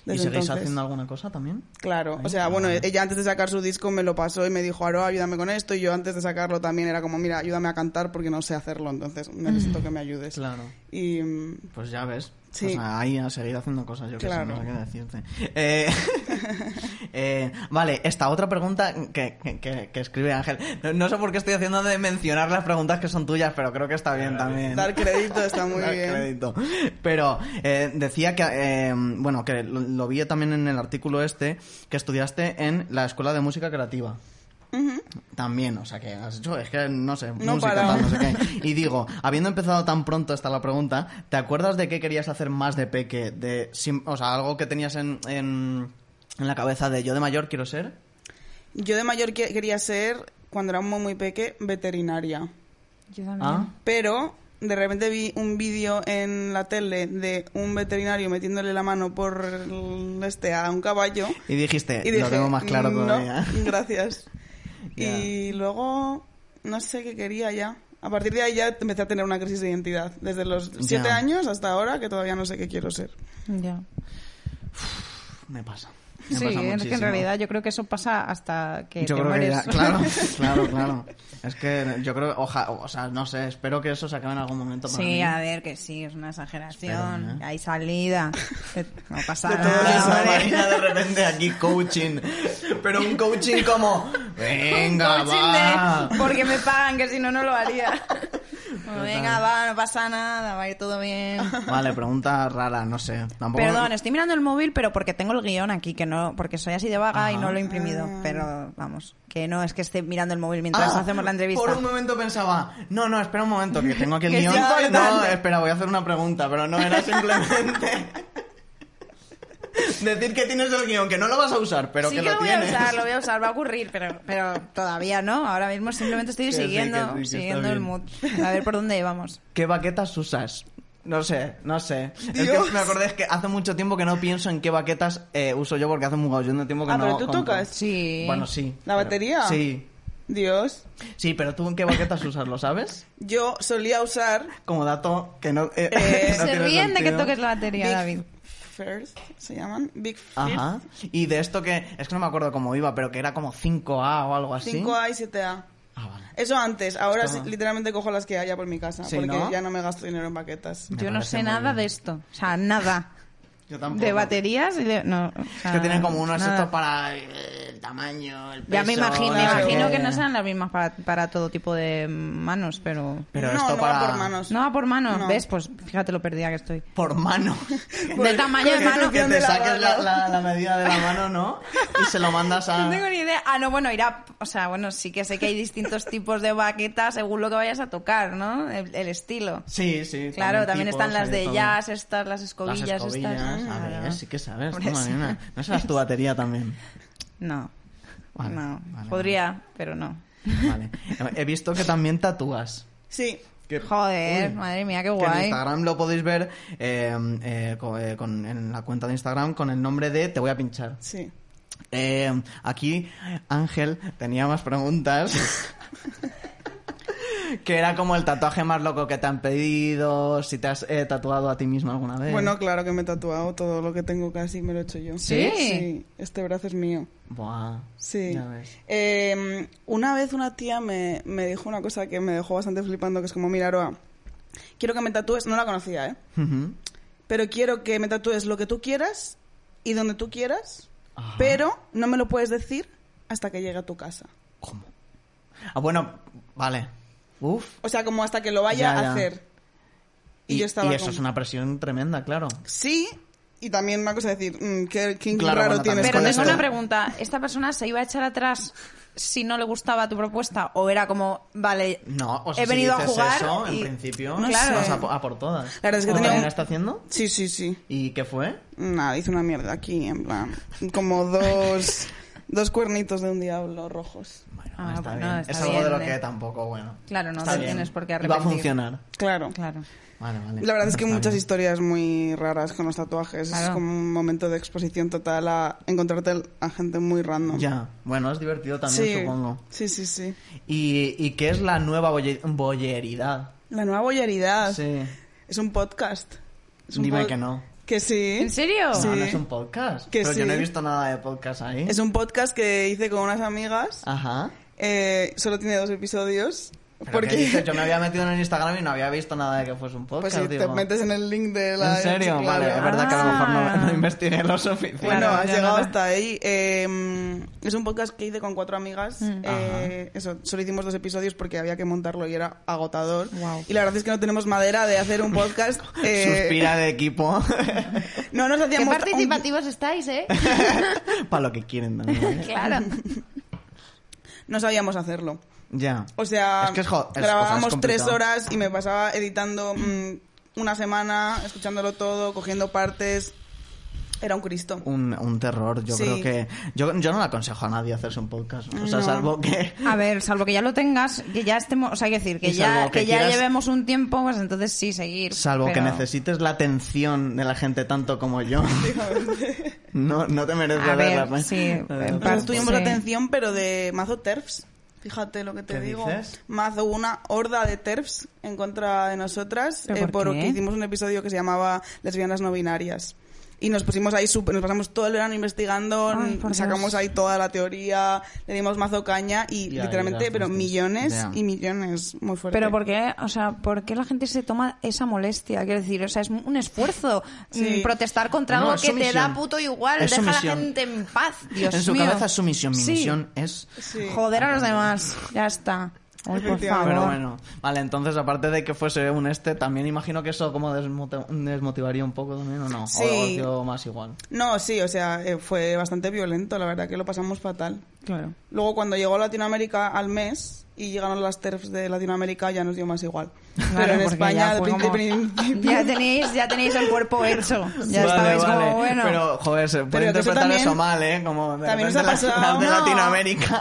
A: ¿Y
C: desde
A: seguís
C: entonces-
A: haciendo alguna cosa también?
C: Claro,
A: Ahí.
C: o sea, bueno,
A: Ah.
C: ella antes de sacar su disco me lo pasó y me dijo, Aro, ayúdame con esto. Y yo antes de sacarlo también era como, mira, ayúdame a cantar porque no sé hacerlo, entonces necesito que me ayudes.
A: Claro.
C: Y mm,
A: Pues ya ves.
C: Sí.
A: O sea, ahí a seguir haciendo cosas, yo que sé,
C: Claro.
A: no sé qué decirte. Eh, eh, vale, esta otra pregunta que, que- que- que escribe Ángel. No, no sé por qué estoy haciendo de mencionar las preguntas que son tuyas, pero creo que está bien también.
C: dar crédito está muy
A: Dar
C: bien.
A: crédito. Pero eh, decía que, eh, bueno, que lo, lo vi también en el artículo este, que estudiaste en la Escuela de Música Creativa. También, o sea, que has hecho, es que no sé,
C: No
A: música,
C: para.
A: tal, no sé qué. Y digo, habiendo empezado tan pronto esta la pregunta, ¿te acuerdas de qué querías hacer más de peque? De, sim- o sea, algo que tenías en, en, en la cabeza de yo de mayor quiero ser.
C: Yo de mayor que- quería ser, cuando era muy, muy peque, veterinaria.
B: Yo también.
A: Ah,
C: Pero de repente vi un vídeo en la tele de un veterinario metiéndole la mano por el- este a un caballo.
A: y dijiste,
C: Y
A: Eh, lo
C: dije, "Mm,
A: tengo más claro
C: "No,
A: todavía.
C: gracias.
A: Ya.
C: Y luego, no sé qué quería ya. A partir de ahí ya empecé a tener una crisis de identidad. Desde los
A: Ya.
C: siete años hasta ahora, que todavía no sé qué quiero ser.
B: Ya.
A: Me pasa. Me
B: Sí,
A: pasa
B: es que
A: muchísimo.
B: en realidad yo creo que eso pasa hasta que
A: yo
B: te
A: creo que
B: mueres.
A: ya- claro, claro, claro. Es que yo creo, oja, o sea, no sé, espero que eso se acabe en algún momento para
B: Sí,
A: mí.
B: a ver, que sí, es una exageración.
A: Espero, ¿eh?
B: Hay salida. No pasa
C: De
A: Ahora
C: todas
B: nada.
C: esas-
B: hombre.
A: Marina de repente aquí coaching, pero un coaching como venga
B: Un coaching
A: va.
B: de- porque me pagan, que si no, no lo haría. Como, venga, va, no pasa nada, va a ir todo bien.
A: Vale, pregunta rara, no sé. Tampoco
B: Perdón, estoy mirando el móvil, pero porque tengo el guión aquí, que no, porque soy así de vaga y
A: Ajá.
B: no lo he imprimido. Pero vamos, que no es que esté mirando el móvil mientras
A: Ah,
B: hacemos la entrevista.
A: Por un momento pensaba, no, no, espera un momento, que tengo aquí el
B: Que es
A: guión.
B: importante.
A: No, espera, voy a hacer una pregunta, pero no, era simplemente decir que tienes el guión, que no lo vas a usar, pero
B: sí
A: que,
B: que
A: lo
B: voy
A: tienes.
B: a usar, lo voy a usar, va a ocurrir, pero, pero todavía no. Ahora mismo simplemente estoy
A: Que sí,
B: siguiendo,
A: que sí, que está
B: siguiendo el
A: bien.
B: mood. A ver por dónde vamos.
A: ¿Qué baquetas usas? No sé, no sé. Es
C: Dios.
A: que me acordé es que hace mucho tiempo que no pienso en qué baquetas eh, uso yo porque hace un mogollón de tiempo que
C: Ah,
A: no.
C: pero tú
A: compro.
C: tocas.
B: Sí.
A: Bueno, sí.
C: ¿La
A: pero-
C: batería?
A: Sí.
C: Dios.
A: Sí, pero tú en qué baquetas usas, ¿lo sabes?
C: Yo solía usar
A: Como dato que no. eh,
C: Eh,
A: no
B: Se
A: tiene
B: ríen de que
A: sentido.
B: toques la batería, David.
C: First, se llaman Big First.
A: Ajá. Y de esto que. Es que no me acuerdo cómo iba, pero que era como 5A o algo así.
C: 5A y 7A.
A: Ah, vale.
C: Eso antes, ahora
A: Estaba-
C: sí, literalmente cojo las que haya por mi casa,
A: Sí,
C: porque
A: ¿no?
C: ya no me gasto dinero en baquetas.
A: Me
B: Yo no
A: parece
B: sé
A: muy
B: nada
A: bien.
B: de esto. O sea, nada.
A: Yo tampoco.
B: De baterías y de. No. o
A: Es
B: sea,
A: que tienen como unos
C: Ah.
B: nada.
A: estos para eh, el tamaño, el peso.
B: Ya me imagino, me
A: no sé
B: imagino
A: qué.
B: que no sean las mismas para, para todo tipo de manos, pero.
A: Pero
C: no,
A: esto
C: no
A: para.
C: va por manos.
B: No va por mano,
C: No.
B: ¿ves? Pues fíjate lo perdida que estoy.
A: Por mano.
B: Del tamaño de
A: Que-
B: mano.
A: Que te
C: la
A: saques la,
C: mano.
A: la- la medida de la mano, ¿no? Y se lo mandas a.
B: No tengo ni idea. Ah, no, bueno, irá. O sea, bueno, sí que sé que hay distintos tipos de baquetas según lo que vayas a tocar, ¿no? El, el estilo.
A: Sí, sí.
B: Claro, también
A: tipos,
B: están las
A: hay
B: de
A: todo.
B: jazz, estas, las escobillas,
A: las escobillas.
B: estas. ¿eh?
A: a ver,
B: Claro.
A: sí que sabes.
B: Hombre,
A: toma,
B: sí.
A: nena. No serás tu batería también.
B: No.
A: Vale,
B: no.
A: vale,
B: Podría, pero no.
A: Vale. He visto que también tatúas.
C: Sí,
B: Eh,
A: Que-
B: Joder,
A: Uy.
B: madre mía, qué
A: Que en
B: guay.
A: Instagram lo podéis ver eh, eh, co- eh, con- en la cuenta de Instagram con el nombre de Te voy a pinchar.
C: sí.
A: Eh, aquí Ángel tenía más preguntas. que era como el tatuaje más loco que te han pedido, si te has eh, tatuado a ti misma alguna vez.
C: Bueno, claro que me he tatuado todo lo que tengo casi, me lo he hecho yo.
B: ¿Sí?
C: Sí, este brazo es mío.
A: Buah.
C: Sí.
A: Ya ves.
C: Eh, una vez una tía me, me dijo una cosa que me dejó bastante flipando, que es como, mira, Aroa, quiero que me tatúes, no la conocía, ¿eh?
A: Ujú.
C: Pero quiero que me tatúes lo que tú quieras y donde tú quieras,
A: Ajá.
C: pero no me lo puedes decir hasta que llegue a tu casa.
A: ¿Cómo? Ah, bueno, vale. Uf.
C: O sea, como hasta que lo vaya
A: Ya, ya.
C: a hacer. Y,
A: Y,
C: yo estaba
A: y eso
C: como,
A: es una presión tremenda, claro.
C: Sí, y también una cosa de decir, mm, qué, qué
A: Claro,
C: raro
A: bueno, también.
C: tienes
B: Pero
C: con
A: esto.
B: tengo una pregunta. ¿Esta persona se iba a echar atrás si no le gustaba tu propuesta? ¿O era como, vale,
A: No, o sea,
B: he
A: si
B: venido
A: dices
B: a jugar?
A: eso, en
B: y-
A: principio,
B: No
A: claro.
B: sé.
A: vas a, po- a por todas.
C: La verdad es que
A: ¿Cómo
C: tenía un-
A: la está haciendo?
C: Sí, sí, sí.
A: ¿Y qué fue?
C: Nada, hice una mierda aquí, en plan, como dos, dos cuernitos de un diablo rojos.
A: Bueno,
B: Ah,
A: está
B: bueno,
A: bien.
B: está
A: es algo de lo
B: bien,
A: que
B: eh.
A: tampoco, bueno.
B: Claro, no
A: está
B: te
A: bien.
B: tienes por qué
A: Va a
B: arrepentir.
A: funcionar.
C: Claro.
B: Claro.
A: Vale, vale.
C: La verdad es que
A: Está
C: muchas
A: bien.
C: historias muy raras con los tatuajes. Es
B: Claro.
C: como un momento de exposición total a encontrarte a gente muy random.
A: Ya, bueno, es divertido también,
C: sí.
A: supongo.
C: sí, sí, sí.
A: ¿Y, ¿Y qué es la nueva boye- boyeridad?
C: La nueva boyeridad
A: Sí.
C: es un podcast. Ah, Es un
A: Dime
C: pod-
A: que no.
C: Que sí.
B: ¿En serio?
A: No,
C: Sí.
A: no es un podcast.
C: Que
A: Pero yo no he
C: sí.
A: visto nada de podcast ahí.
C: Es un podcast que hice con unas amigas.
A: Ajá.
C: Eh, solo tiene dos episodios.
A: Ah. Pero que dices,
C: Porque
A: yo me había metido en el Instagram y no había visto nada de que fuese un
C: pues
A: podcast.
C: si te
A: digo.
C: metes en el link de la...
A: ¿En serio?
C: sí,
A: Vale,
C: claro.
A: es verdad que a lo mejor no,
B: Ah.
A: no investigué lo suficiente.
C: Bueno,
B: Claro,
C: has
B: ya
C: llegado
B: no-
C: hasta ahí. Eh, es un podcast que hice con cuatro amigas.
A: Mm.
C: Eh, eso, solo hicimos dos episodios porque había que montarlo y era agotador.
B: Guau.
C: Y la verdad es que no tenemos madera de hacer un podcast. eh,
A: Suspira de equipo.
C: No nos
B: Qué
C: hacíamos... un-
B: participativos estáis, ¿eh?
A: Para lo que quieren también. ¿eh?
B: claro.
C: no sabíamos hacerlo.
A: Ya.
C: O sea,
A: Es que es jo- es- o sea, es
C: grabábamos tres
A: complicado.
C: horas y me pasaba editando mm, una semana, escuchándolo todo, cogiendo partes. Era un Cristo.
A: Un, un terror, yo
C: Sí.
A: creo que... Yo, yo no le aconsejo a nadie hacerse un podcast. O sea,
C: No.
A: salvo que...
B: A ver, salvo que ya lo tengas, que ya estemos, o sea, hay que decir, que
A: Y
B: ya,
A: salvo
B: que
A: que
B: ya
A: quieras-
B: llevemos un tiempo, pues entonces sí, seguir.
A: Salvo que
B: pero-
A: necesites la atención de la gente tanto como yo. no, no te mereces
B: A ver,
A: la pena.
B: sí, en
A: Eh,
B: parte.
C: Nosotros tuvimos
B: Sí.
C: atención, pero de mazo TERFs. Fíjate lo que te
A: ¿Qué
C: digo.
A: dices?
C: Mazo una horda de TERFs en contra de nosotras
B: ¿Pero
C: eh,
B: por
C: porque
B: qué?
C: hicimos un episodio que se llamaba Lesbianas no binarias. Y nos pusimos ahí, sup- nos pasamos todo el verano investigando,
B: Ay, por
C: sacamos
B: Dios.
C: ahí toda la teoría, le dimos mazo caña y
A: Ya,
C: literalmente,
A: ya,
C: pero
A: fuisteis.
C: millones
A: Ya.
C: y millones, muy fuerte.
B: Pero ¿por qué? O sea, ¿por qué la gente se toma esa molestia? Quiero decir, o sea, es un esfuerzo
C: Sí.
B: mm, protestar contra
A: No,
B: algo
A: es
B: que
A: su
B: te da
A: misión.
B: puto igual.
A: Es su
B: Deja a la
A: misión.
B: gente en paz, Dios
A: en su
B: mío.
A: cabeza es su misión. Mi
B: Sí.
A: misión es...
C: Sí.
B: Joder a los demás. Ya está. Ay, por
C: Efectivamente.
B: favor.
A: Pero bueno, vale, entonces aparte de que fuese un este, también imagino que eso como desmote- desmotivaría un poco también o no. O
C: Sí.
A: lo dio más igual.
C: No, sí, o sea, eh, fue bastante violento, la verdad que lo pasamos fatal.
B: Claro.
C: Luego cuando llegó a Latinoamérica al mes y llegaron las TERFs de Latinoamérica ya nos dio más igual. Pero en
B: porque
C: España
B: ya
C: de
B: fue
C: prin- de
B: como-
C: principio...
B: ya tenéis, ya tenéis el cuerpo hecho. Ya
A: Vale,
B: estabais
A: vale.
B: como bueno.
A: Pero, joder, se puede
C: Pero que eso
A: interpretar
C: también-
A: eso mal, ¿eh? Como de
C: también nos
A: repente
C: ha
A: las- las
C: pasado.
A: de
B: No.
A: Latinoamérica.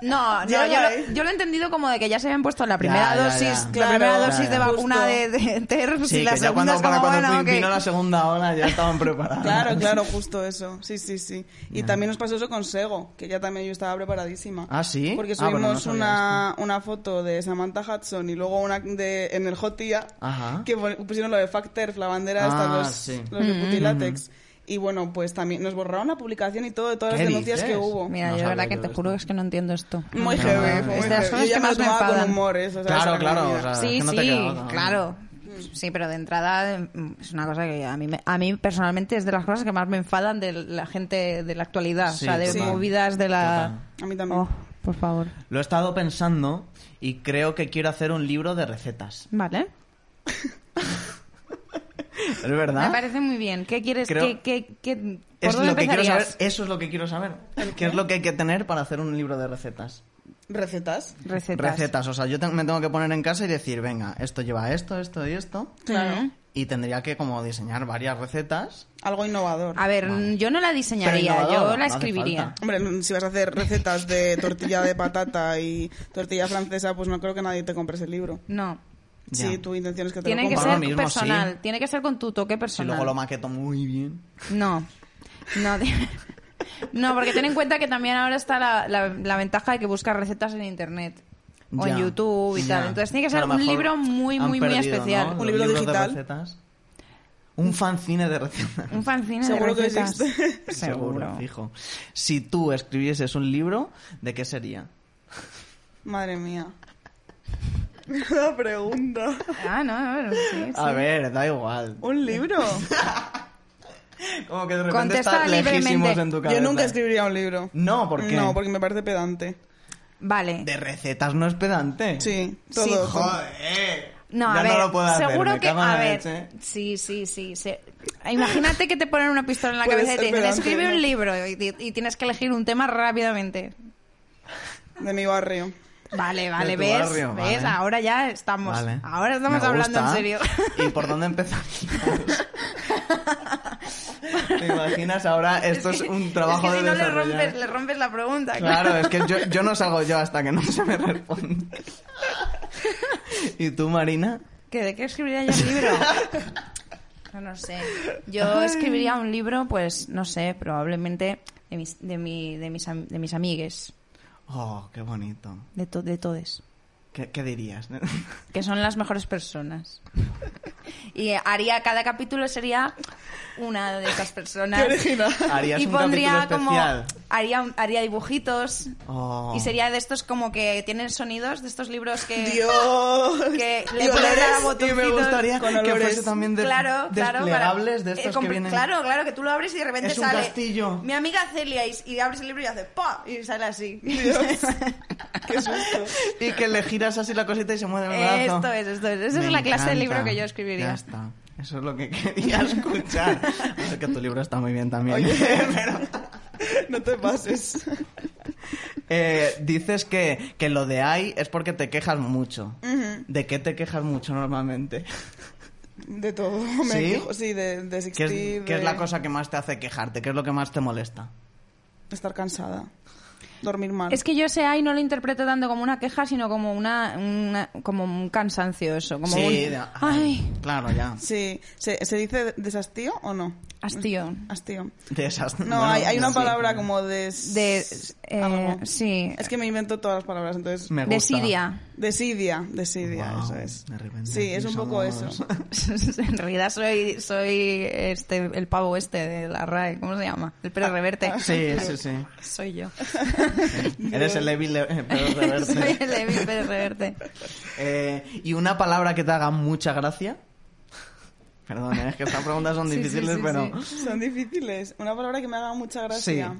B: No, no, yo,
C: Ya, ya,
B: lo,
C: eh.
B: yo lo he entendido como de que ya se habían puesto la
A: Ya,
B: primera
A: ya,
B: dosis,
A: ya.
B: la
C: Claro,
B: primera
A: claro,
B: dosis de
A: ya.
B: vacuna de, de TERFs y
A: Sí,
B: la
A: que ya
B: segunda
A: cuando,
B: es como,
A: para cuando
B: bueno,
A: fui- vino
B: ok.
A: la segunda ola ya estaban preparados.
C: Claro, claro, justo eso. Sí, sí, sí. Y también nos pasó eso con Sego, que ya también yo estaba preparadísima.
A: Ah, ¿sí?
C: Porque
A: Ah, bueno, no
C: subimos
A: sabía
C: una, una foto de Samantha Hudson y luego una de, en el Hot Tía,
A: Ajá.
C: que pon- pusieron lo de Factors, la bandera hasta
A: Ah,
C: los,
A: sí. mm,
C: los de Putilatex. Y bueno, pues también nos borraron la publicación y todo, de todas las
A: ¿Qué
C: denuncias que
A: dices?
C: hubo.
B: Mira,
A: No
B: yo de verdad
A: sabía
B: que
A: yo
B: te
A: esto.
B: juro que es que no entiendo esto.
C: Muy
A: No,
C: heavy,
A: no,
C: fue
A: no.
C: muy
A: Es de
B: las
C: heavy.
B: cosas
C: Yo
B: que
C: ya me lo
B: más me
C: tomaba con
B: enfadan.
C: humor, eso, ¿sabes?
A: Claro,
C: Era
A: claro.
C: mi
A: o sea,
C: vida.
B: Sí,
A: que Ah, no te
B: sí,
A: queda otra.
B: claro. Sí, pero de entrada mm, es una cosa que a mí, me- a mí personalmente es de las cosas que más me enfadan de la gente de la actualidad,
A: Sí,
B: o sea, de
A: total.
B: movidas de la...
A: Total.
C: A mí también.
B: Oh, por favor.
A: Lo he estado pensando y creo que quiero hacer un libro de recetas.
B: Vale.
A: ¿Es
B: Me
A: verdad?
B: parece muy bien. ¿Qué quieres?
A: Creo-
B: ¿Qué, qué, qué, ¿Por
A: Es
B: dónde
A: lo que quiero saber.
B: empezarías?
A: Eso es lo que quiero saber. ¿Qué es lo que hay que tener para hacer un libro de recetas?
C: ¿Recetas?
A: eh,
B: Recetas.
A: O sea, yo te- me tengo que poner en casa y decir, venga, esto lleva esto, esto y esto.
C: Claro.
B: Ujú.
A: Y tendría que como diseñar varias recetas.
C: Algo innovador.
B: A ver, yo no la diseñaría,
A: Pero
B: yo
A: innovadora,
B: la
A: no hace
B: escribiría.
A: falta.
C: Hombre, no- si vas a hacer recetas de tortilla de patata y tortilla francesa, pues no creo que nadie te compre ese libro.
B: No.
A: Ya.
C: Si tu intención es que te
B: Tiene
C: lo
B: que
A: compro
B: ser
C: compren.
A: ahora mismo,
B: personal,
A: sí.
B: tiene que ser con tu toque
A: Si
B: personal.
A: luego lo maqueto muy bien.
B: No, no. de- No, porque ten en cuenta que también ahora está la, la- la ventaja de que buscas recetas en internet o en
A: Ya,
B: YouTube y
A: ya.
B: tal. Entonces tiene que
A: A
B: ser
A: lo
B: un
A: mejor
B: libro muy,
A: han
B: muy, muy
A: perdido,
B: especial.
A: ¿no?
C: Un
A: Los
C: libro
A: libros de
C: digital.
A: recetas. Un fanzine de recetas.
B: Un fanzine
C: Seguro
B: de
C: que
B: recetas.
C: existe.
B: Seguro.
A: fijo. Si tú escribieses un libro, ¿de qué sería?
C: Madre mía. La pregunta.
B: Ah, no, a ver, sí, sí.
A: A ver, da igual.
C: ¿Un libro?
A: Como que de repente
B: Contesta
A: estás lejísimos
B: libremente.
A: en tu cabeza.
C: Yo nunca escribiría un libro.
A: No, ¿por qué?
C: No, porque me parece pedante.
B: Vale.
A: De recetas no es pedante.
C: Sí, todo.
B: Sí.
A: Joder.
B: No,
A: Ya
B: a ver,
A: lo puedo hacer,
B: seguro
A: me
B: que,
A: cago en
B: a
A: la
B: ver,
A: leche.
B: sí, sí, sí, sí. Imagínate que te ponen una pistola en la
C: Puede
B: cabeza y te
C: ser
B: dicen,
C: pedante,
B: escribe
C: ¿no?
B: un libro y, ti- y tienes que elegir un tema rápidamente.
C: De mi barrio.
B: Vale, vale,
A: tu
B: ves,
A: barrio,
B: ves,
A: vale.
B: ahora ya estamos,
A: Vale.
B: ahora estamos
A: Me
B: hablando en
A: gusta.
B: serio.
A: ¿Y por dónde empezamos? ¿Te imaginas ahora? Esto es,
B: que-
A: un trabajo
B: es que
A: de
B: si no le
A: desarrollar.
B: rompes, le rompes la pregunta.
A: Claro, es que yo, yo no salgo yo hasta que no se me responde. ¿Y tú, Marina?
B: ¿Que ¿De qué escribiría yo un libro? No, no sé. Yo escribiría un libro, pues, no sé, probablemente de mis, de mi, de mis, am- de mis amigues,
A: Oh, qué bonito.
B: de, to- de todes.
A: ¿Qué, qué dirías?
B: que son las mejores personas. Y haría cada capítulo sería una de esas personas.
C: Qué original.
A: Harías
B: y
A: un
B: pondría
A: capítulo
B: como
A: especial.
B: haría un- haría dibujitos
A: Oh.
B: y sería de estos como que tienen sonidos de estos libros que
C: Dios.
B: Eh, que
C: Y
B: le pones
C: olores,
B: a
A: Y me gustaría
C: con
A: que
C: olores.
A: fuese también de,
B: claro, claro,
A: desplegables de
B: para-
A: estos
B: eh,
A: que
B: compre-
A: vienen.
B: Claro, claro, que tú lo abres y de repente
A: Es un
B: sale
A: castillo.
B: mi amiga Celia y, y abres el libro y hace pa y sale así.
C: Qué susto.
A: Y que le giras así la cosita y se mueve el brazo.
B: esto es, esto es. Esa
A: Me
B: es la clase de libro
A: encanta.
B: que yo escribiría.
A: Ya está. Eso es lo que quería escuchar. O sea que tu libro está muy bien también.
C: Oye, pero no te pases.
A: eh, dices que, que lo de ay es porque te quejas mucho. ¿De qué te quejas mucho normalmente?
C: De todo. Me
A: ¿Sí?
C: quejo, sí, de, de
A: ¿Qué es,
C: existir,
A: qué es
C: de
A: la cosa que más te hace quejarte? ¿Qué es lo que más te molesta?
C: Estar cansada. Dormir mal.
B: Es que yo ese ay no lo interpreto tanto como una queja, sino como una, una- como un cansancio eso, como
A: sí,
B: un
A: de-
B: ay,
A: claro, ya.
C: Sí. ¿Se, se dice desastío o no?
B: hastío.
C: Hastío.
A: De esas-
C: No,
A: bueno,
C: hay, hay una
A: sí.
C: palabra como des...
B: De
A: Ah,
B: eh,
C: algo.
B: sí,
C: Es que me invento todas las palabras, entonces...
A: Me gusta.
B: desidia.
C: Desidia, desidia,
A: Wow,
C: eso es.
A: de repente
C: Sí, es
A: aquí
C: un poco
A: somos-
C: eso.
B: en realidad soy soy este el pavo este de la RAE, ¿cómo se llama? El Pérez Reverte.
A: Sí, sí, sí.
B: Soy yo.
A: Eres el Evil eh, pero reverte.
B: soy el Evi Pérez Reverte.
A: Eh, ¿Y una palabra que te haga mucha gracia? Perdón, eh, es que estas preguntas son
B: Sí, sí,
A: difíciles,
B: sí,
A: pero...
C: Son difíciles. Una palabra que me haga mucha gracia.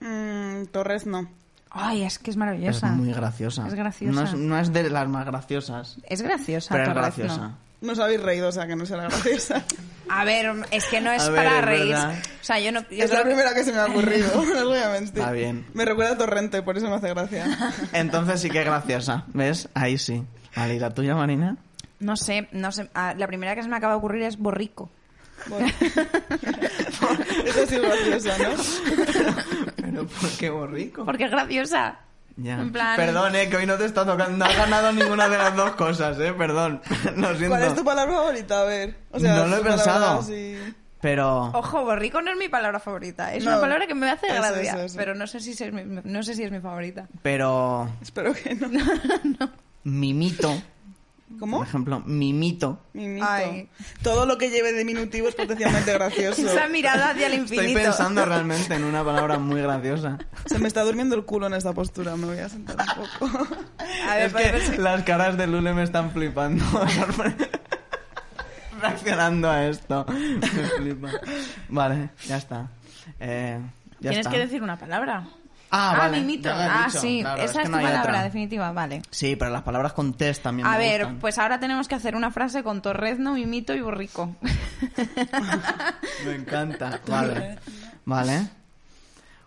C: Mm, Torres no.
B: Ay, es que es
A: Es
B: maravillosa.
A: muy graciosa.
B: Es graciosa.
A: No es, no es de las más graciosas,
B: Es graciosa,
A: pero es
B: Torrezno.
A: graciosa.
C: No os habéis reído, o sea que no será graciosa.
B: A ver, es que no es
A: A ver,
B: para
A: es
B: reír.
A: verdad.
B: O sea, yo no yo
C: es la
B: creo que-
C: primera que se me ha ocurrido, no os voy a mentir.
A: Está bien.
C: Me recuerda a Torrente, por eso me hace gracia.
A: Entonces sí que es graciosa, ¿ves? Ahí sí. Vale, ¿y la tuya, Marina?
B: No sé, no sé. Ah, La primera que se me acaba de ocurrir es borrico.
C: Bueno. eso sí es graciosa, ¿no?
A: Pero ¿por qué borrico?
B: Porque es graciosa.
A: Ya.
B: En plan-
A: Perdón, eh, que hoy no te está tocando. No has ganado ninguna de las dos cosas, eh. Perdón. Lo siento.
C: ¿Cuál es tu palabra favorita? A ver. O
A: No lo he
C: tu palabra
A: pensado.
C: así-
A: Pero.
B: Ojo, borrico no es mi palabra favorita. Es
C: No.
B: una palabra que me hace
C: Eso,
B: gracia.
C: eso, eso.
B: Pero no sé si es mi, no sé si es mi favorita.
A: Pero.
C: Espero que no.
A: Mimito.
C: ¿Cómo?
A: Por ejemplo, mimito.
C: Mimito.
B: Ay.
C: Todo lo que lleve diminutivo es potencialmente gracioso.
B: Esa mirada hacia el infinito.
A: Estoy pensando realmente en una palabra muy graciosa.
C: Se me está durmiendo el culo en esta postura, me voy a sentar un poco.
B: A
A: es
B: ver, pues, puede
A: que
B: verse-
A: las caras de Lule me están flipando. Reaccionando a esto. Me flipa. Vale, ya está. Eh, ya
B: Tienes
A: está.
B: que decir una palabra.
A: Ah, vale,
B: mimito.
A: ya lo he
B: Ah,
A: dicho,
B: sí.
A: claro,
B: Esa
A: es
B: es,
A: que
B: tu
A: no hay
B: palabra
A: otra.
B: definitiva, vale.
A: Sí, pero las palabras con test también
B: A
A: me
B: ver,
A: gustan.
B: pues ahora tenemos que hacer una frase con torrezno, mimito y borrico. pues-
A: Me encanta. Vale. Vale.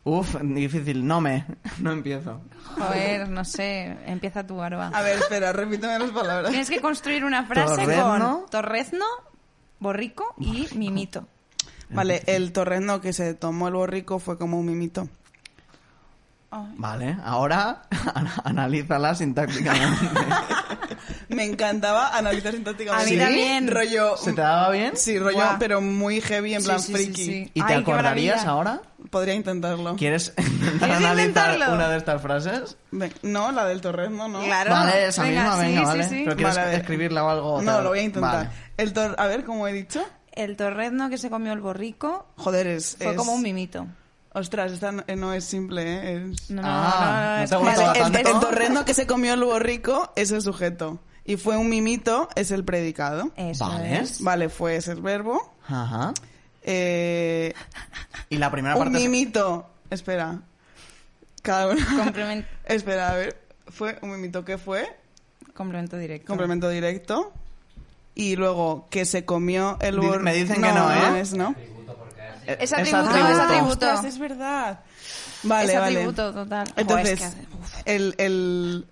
A: Uf, difícil. No me. No empiezo.
B: Joder, no sé. Empieza tu barba.
C: A ver, espera, repíteme las palabras.
B: Tienes que construir una frase
A: Torrezno.
B: con torrezno, borrico y mimito.
C: Vale, el torreno que se tomó el borrico fue como un mimito.
A: Vale. Ahora an- analízala sintácticamente.
C: Me encantaba analizar
B: A
C: sintácticamente.
B: mí
A: ¿Sí?
B: también.
C: Rollo.
A: ¿Se te daba bien?
C: Sí, rollo,
B: Guau.
C: pero muy heavy, en
B: Sí,
C: plan
B: sí, sí,
C: friki.
B: sí.
A: ¿Y te
B: Ay, qué
A: acordarías
B: maravilla.
A: ahora?
C: Podría intentarlo.
A: ¿Quieres intentar
B: ¿Quieres
A: analizar
B: intentarlo?
A: una de estas frases?
C: Ven- No, la del torreno, ¿no?
B: Claro.
A: Vale, esa
B: Venga,
A: misma,
B: sí,
A: venga,
B: sí,
A: vale.
B: sí.
A: Pero quieres
C: Vale, a ver.
A: escribirla o algo.
C: No,
A: tal?
C: lo voy a intentar.
A: Vale.
C: El tor a ver, como he dicho.
B: El torrezno que se comió el borrico
C: Joder, es.
B: fue
C: es-
B: como un mimito.
C: Ostras, esta no, eh, no es simple, ¿eh? Es-
B: No,
A: Ah,
B: no,
A: ¿no te
B: no, no,
A: gustó
B: es-
C: Vale,
B: es-
C: el,
A: tanto?
C: el torreno que se comió el borrico es el sujeto. Y fue un mimito, es el predicado.
B: Eso
A: Vale.
B: es.
C: Vale, fue ese el verbo.
A: Ajá.
C: Eh,
A: Y la primera
C: un
A: parte. es-
C: mimito. Espera. Cada uno.
B: Complement-
C: Espera, a ver. Fue un mimito que fue.
A: Ah.
B: complemento directo.
C: Complemento directo. Y luego que se comió el
A: Di-
C: borrico.
A: me dicen que no, ¿eh?
C: es, ¿no?
A: eh,
B: Es atributo,
C: Ah,
B: es atributo.
C: ostras, es verdad. Vale,
B: es
C: vale.
B: atributo total. Jo,
C: Entonces,
B: es que- uf,
C: el. el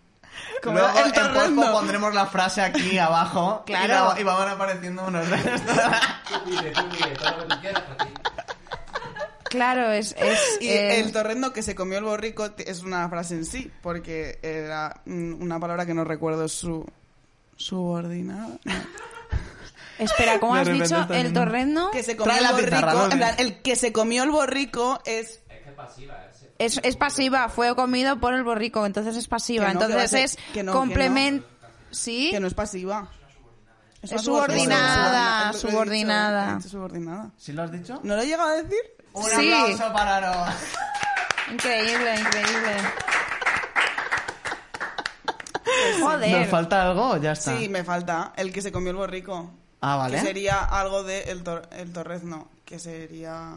C: ¿cómo
A: Luego
C: era?
A: en
C: torrendo.
A: pospo pondremos la frase aquí abajo y
B: Claro.
A: la- y, van apareciendo unos de estos.
D: Pide, tú pide, todo lo que tú quieras, para ti.
B: claro, es. es,
C: Y
B: eh,
C: el torrendo que se comió el borrico t- es una frase en sí, porque era mm, una palabra que no recuerdo su subordinada.
B: Espera, ¿cómo
A: De
B: has
A: repente
B: dicho?
A: está
B: El
A: viendo-
B: torrendo
C: Que se comió
A: Trae
C: el
A: la pizarra,
C: borrico,
A: Lola.
C: en plan, el que se comió el borrico es
B: es, es pasiva, fue comido por el borrico, entonces es pasiva.
C: Que no, que va a
B: entonces
C: ser-
B: es
C: que no, que
B: complemento. ¿Sí?
C: que no es pasiva.
B: Es
C: una
B: subordinada,
C: es lo que he dicho,
B: subordinada.
C: he dicho subordinada.
A: ¿Sí lo has dicho?
C: ¿No lo he llegado a decir?
A: Un
B: Sí.
A: aplauso para Aroa.
B: Increíble, increíble.
C: Pues
B: Joder.
A: ¿Nos falta algo? Ya está.
C: Sí, me falta el que se comió el borrico.
A: Ah, vale.
C: Que sería algo de el, tor- el torrezno, que sería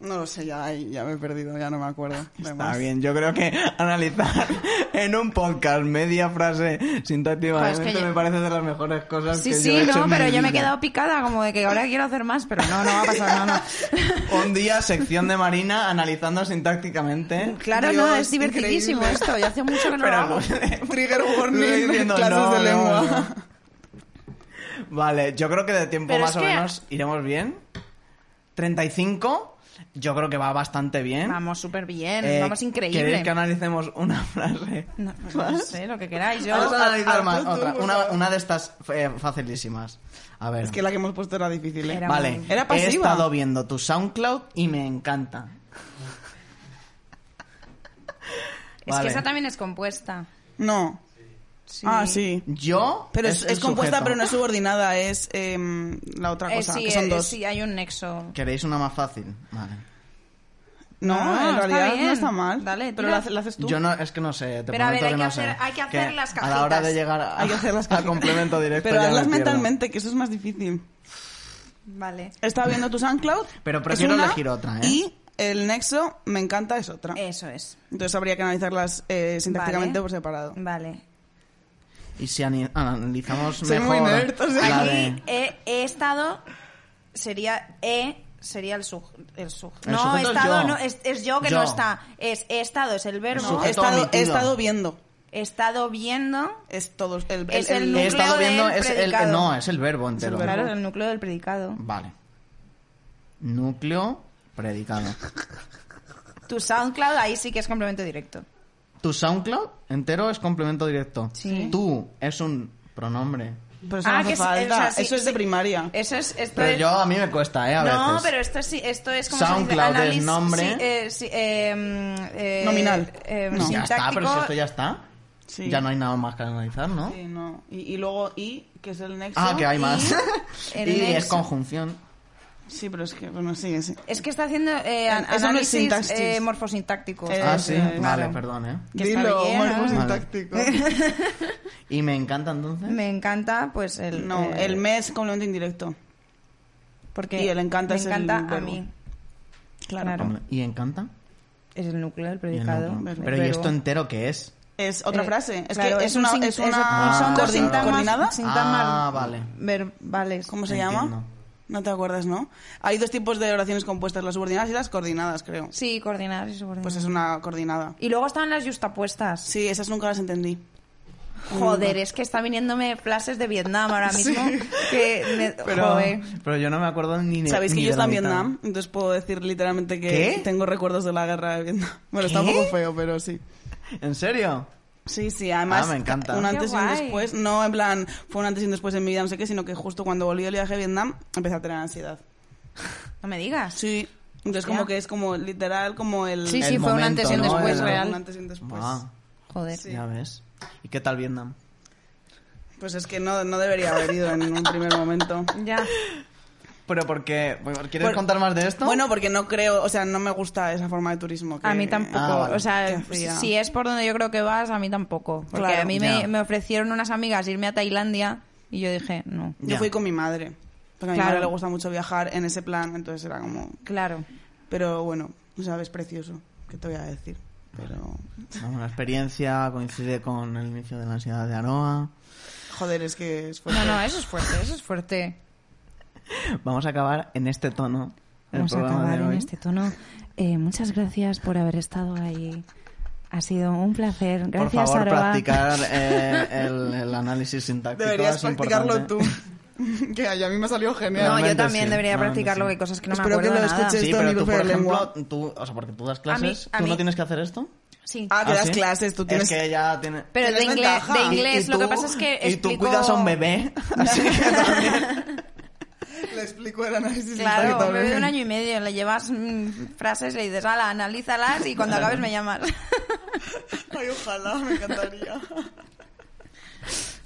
C: No lo sé, ya, ya me he perdido, ya no me acuerdo. de
A: Está
C: más.
A: bien, yo creo que analizar en un podcast media frase sintácticamente
B: Joder, es que yo-
A: me parece de las mejores cosas
B: Sí,
A: que
B: sí,
A: yo he hecho
B: no,
A: en
B: pero
A: mi
B: yo me he
A: vida.
B: quedado picada, como de que ahora quiero hacer más, pero no, no va a pasar, no, no.
A: Un día, sección de Marina analizando sintácticamente.
B: Claro,
C: Dios,
B: no, es divertidísimo
C: increíble. ¿eh?
B: esto, yo hace mucho que no lo hago.
C: Trigger warning,
A: Estoy diciendo,
C: clases
A: no,
C: de
A: no,
C: lengua.
A: no. Vale, yo creo que de tiempo
B: Pero
A: más
B: es
A: o
B: que-
A: menos iremos bien. 35, yo creo que va bastante bien.
B: Vamos súper bien,
A: Eh,
B: vamos
A: ¿Queréis que
B: increíble.
A: analicemos una frase?
B: No, pues no sé, lo que queráis. Yo,
A: Vamos a analizar más.
C: tú,
A: otra.
C: por
A: Una,
C: favor.
A: una de estas eh, facilísimas. A ver.
C: Es que la que hemos puesto era difícil, ¿eh?
B: Era
A: Vale,
B: un-
C: Era pasiva.
A: he estado viendo tu SoundCloud y me encanta.
B: Es
A: Vale.
B: que esa también es compuesta.
C: No. Ah, sí.
A: Yo.
C: Pero es,
A: el
C: es compuesta,
A: sujeto.
C: pero no es subordinada, es em, la otra
B: Eh,
C: cosa,
B: sí,
C: que son
B: eh,
C: dos.
B: sí, hay un nexo.
A: ¿Queréis una más fácil? Vale.
C: No,
B: No,
C: en
B: Ah, está
C: realidad
B: bien.
C: no está mal.
B: Dale,
C: pero
B: tira.
C: la, hace- la haces tú.
A: Yo no, es que no sé. Te
B: Pero a
A: prometo
B: ver, hay
A: que
B: que
A: no
B: hacer-
A: sé.
B: hay que hacer las
A: A la hora de
B: cajitas.
A: llegar a,
C: Hay que hacer las
A: a
C: cajitas.
A: complemento directo.
C: Pero
A: ya
C: hazlas
A: me pierdo.
C: mentalmente, que eso es más difícil.
B: Vale.
C: Estaba viendo tu SoundCloud.
A: Pero
C: es
A: prefiero
C: una,
A: elegir otra, ¿eh?
C: Y el nexo, me encanta, es otra.
B: Eso es.
C: Entonces habría que analizarlas eh, sintácticamente
B: Eh. Vale.
C: por separado.
B: Vale.
A: Y si ani- analizamos
C: Soy
A: mejor.
C: muy nerd, o sea,
A: la
B: Aquí
A: de-
B: he, he estado. Sería. He sería el suj. El suj
A: El
B: no, he
A: sujeto es
B: estado.
A: yo.
B: no, es, es yo que
A: Yo.
B: no está. Es he estado, es el
A: El
B: verbo.
C: He
A: sujeto.
C: estado, he
A: omitido.
C: estado viendo.
B: He estado viendo.
C: Es todo. El,
B: Es el
A: He
B: núcleo
A: estado viendo.
B: del
A: Es el,
B: predicado.
A: no, es el verbo entero.
C: verbo.
B: Claro, el núcleo del predicado.
A: Vale. Núcleo predicado.
B: Tu SoundCloud ahí sí que es complemento directo.
A: Tu SoundCloud entero es complemento directo.
B: Sí.
A: Tú es un pronombre.
C: Pero eso
B: Ah,
C: no hace
B: que es-
C: falta.
B: o sea, sí,
C: eso es de
B: sí. Eh.
C: primaria.
B: Eso es. Esto
A: Pero
B: es-
A: yo a mí me cuesta, ¿eh? A veces.
B: No, pero esto es, sí- esto es como
A: SoundCloud
B: se
A: es
B: dice, análisis-
A: nombre.
B: sí, eh, sí, eh, mm, eh,
C: Nominal.
B: eh,
C: No.
A: Ya está, pero si
B: sintáctico.
A: esto ya está.
C: Sí.
A: Ya no hay nada más que analizar, ¿no?
C: Sí, no. Y, y luego y, que es el nexo.
A: Ah, que hay más.
B: Y el
A: y es
B: nexo.
A: conjunción.
C: Sí, pero es que, bueno, sigue, sí.
B: Es que está haciendo eh, an-
C: Eso no es
B: análisis
C: sintaxis.
B: eh, morfosintáctico.
C: Eh,
A: ah, sí.
C: eh,
A: vale,
B: claro.
A: perdón, ¿eh?
B: Que está bien,
C: Marcos,
B: ¿no?
C: sin
A: Vale.
C: táctico.
A: ¿Y me encanta entonces?
B: Me encanta, pues el.
C: No,
B: eh,
C: el mes complemento indirecto.
B: Porque
C: y el encanta
B: me
C: es el
B: encanta a
C: verbo.
B: mí. Claro.
A: Hombre, ¿Y encanta?
B: Es el núcleo
A: Y
B: del
A: el
B: predicado.
A: núcleo.
B: el
A: Pero ¿y
B: verbo.
A: esto entero qué es?
C: Es otra
B: Eh,
C: frase. Es
B: claro,
C: que es, una,
B: un sin-
C: es una
A: un- son dos
C: coordin-
A: sintamas-
C: coordinada.
B: sintamas
A: Ah, vale.
B: verbales.
C: ¿Cómo se
A: Entiendo.
C: llama? No te acuerdas, ¿no? Hay dos tipos de oraciones compuestas, las subordinadas y las coordinadas, creo.
B: Sí, coordinar y subordinar.
C: Pues es una coordinada.
B: Y luego estaban las justapuestas.
C: Sí, esas nunca las entendí.
B: Joder, es que está viniéndome flashes de Vietnam ahora mismo. Que me- joder.
A: Pero yo no me acuerdo ni de
C: Sabéis que
A: ni
C: yo
A: de la
C: estaba en
A: mitad.
C: Vietnam, entonces puedo decir literalmente que
A: ¿Qué?
C: tengo recuerdos de la guerra de Vietnam. Bueno, está un
A: ¿Qué?
C: poco feo, pero sí.
A: ¿En serio?
C: Sí, sí, además.
A: Ah, me encanta.
C: Un
A: Qué
C: antes y un
B: guay.
C: después. No, en plan, fue un antes y un después en mi vida, no sé qué, sino que justo cuando volví del viaje a Vietnam empecé a tener ansiedad.
B: No me digas.
C: Sí. Entonces, como
B: Hostia.
C: que es como literal, como el.
B: Sí,
A: El
B: sí, fue un
A: momento,
B: antes y un
A: ¿no?
B: después
A: El-
C: Un
B: real.
C: antes y un después.
A: Ah,
B: Joder.
A: ya ves. ¿Y qué tal Vietnam?
C: Pues es que no, no debería haber ido en un primer momento.
B: Ya.
A: ¿Pero por qué? ¿Quieres
C: Por-
A: contar más de esto?
C: Bueno, porque no creo, o sea, no me gusta esa forma de turismo. que-
B: A mí tampoco.
A: Ah, vale.
B: O sea,
C: Qué fría.
B: si es por donde yo creo que vas, a mí tampoco. Porque
C: Claro,
B: a mí me,
A: ya.
B: me ofrecieron unas amigas irme a Tailandia y yo dije, no.
C: Yo
A: Ya.
C: fui con mi madre. Porque a mi
B: Claro.
C: madre le gusta mucho viajar en ese plan, entonces era como.
B: Claro.
C: Pero bueno, sabes, precioso. ¿Qué te voy a decir? Pero.
A: Vamos, la experiencia coincide con el inicio de la ansiedad de Aroa.
C: Joder, es que es fuerte.
B: No, no, eso es fuerte, eso es fuerte.
A: Vamos a acabar en este tono. el
B: Vamos a
A: programa
B: acabar
A: de hoy.
B: en este tono. Eh, muchas gracias por haber estado ahí. Ha sido un placer.
A: Por
B: Gracias,
A: favor,
B: Aroa.
A: practicar eh, el, el análisis sintáctico.
C: Deberías
A: es
C: practicarlo
A: importante.
C: tú. que a mí me ha salido genial.
B: No, yo
A: Realmente
B: también
A: sí,
B: debería
A: realmente
B: practicarlo,
A: sí.
B: que hay cosas que no
C: Espero
B: me
C: que
B: acuerdo
C: lo
B: nada.
C: escuches.
A: Sí,
C: Esto,
A: pero
C: mi
A: tú, por
C: profe de
A: ejemplo, tú, o sea, porque tú das
B: A mí-
A: clases,
B: a
A: ¿tú no
B: mí-
A: tienes que hacer esto?
B: Sí.
C: Ah, que
A: ¿Ah,
C: das
A: sí?
C: clases, tú tienes.
A: Es que ya tiene...
B: Pero de
C: Tienes
B: inglés,
C: ventaja.
B: de
A: Y- y
B: inglés lo que
A: tú-
B: pasa es que
A: Y tú
B: explico-
A: cuidas a un bebé, así que también...
C: Le explico el análisis. ¿eh?
B: Claro,
C: sintáctico
B: un bebé de un
C: también.
B: año y medio, le llevas mm, frases, le dices, ala, analízalas y cuando acabes me llamas.
C: Ay, ojalá, me encantaría.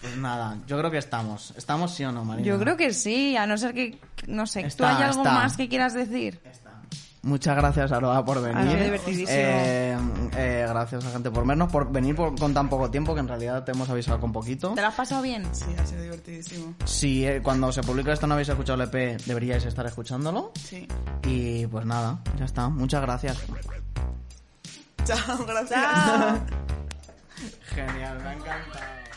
A: Pues nada, yo creo que estamos. ¿Estamos sí o no, Marina?
B: Yo creo que sí, a no ser que, no sé, ¿tú
A: Está,
B: hay algo
A: está.
B: más que quieras decir?
A: Muchas gracias, Aroa, por venir.
B: sido divertidísimo.
A: Eh, Eh, gracias a gente por vernos, por venir por- con tan poco tiempo, que en realidad te hemos avisado con poquito.
B: ¿Te lo has pasado bien?
C: Sí, ha sido divertidísimo.
A: Si eh, cuando se publica esto no habéis escuchado el EP, deberíais estar escuchándolo.
C: Sí.
A: Y pues nada, ya está. Muchas gracias.
C: Chao, gracias.
B: Chao.
A: Genial, me ha encantado.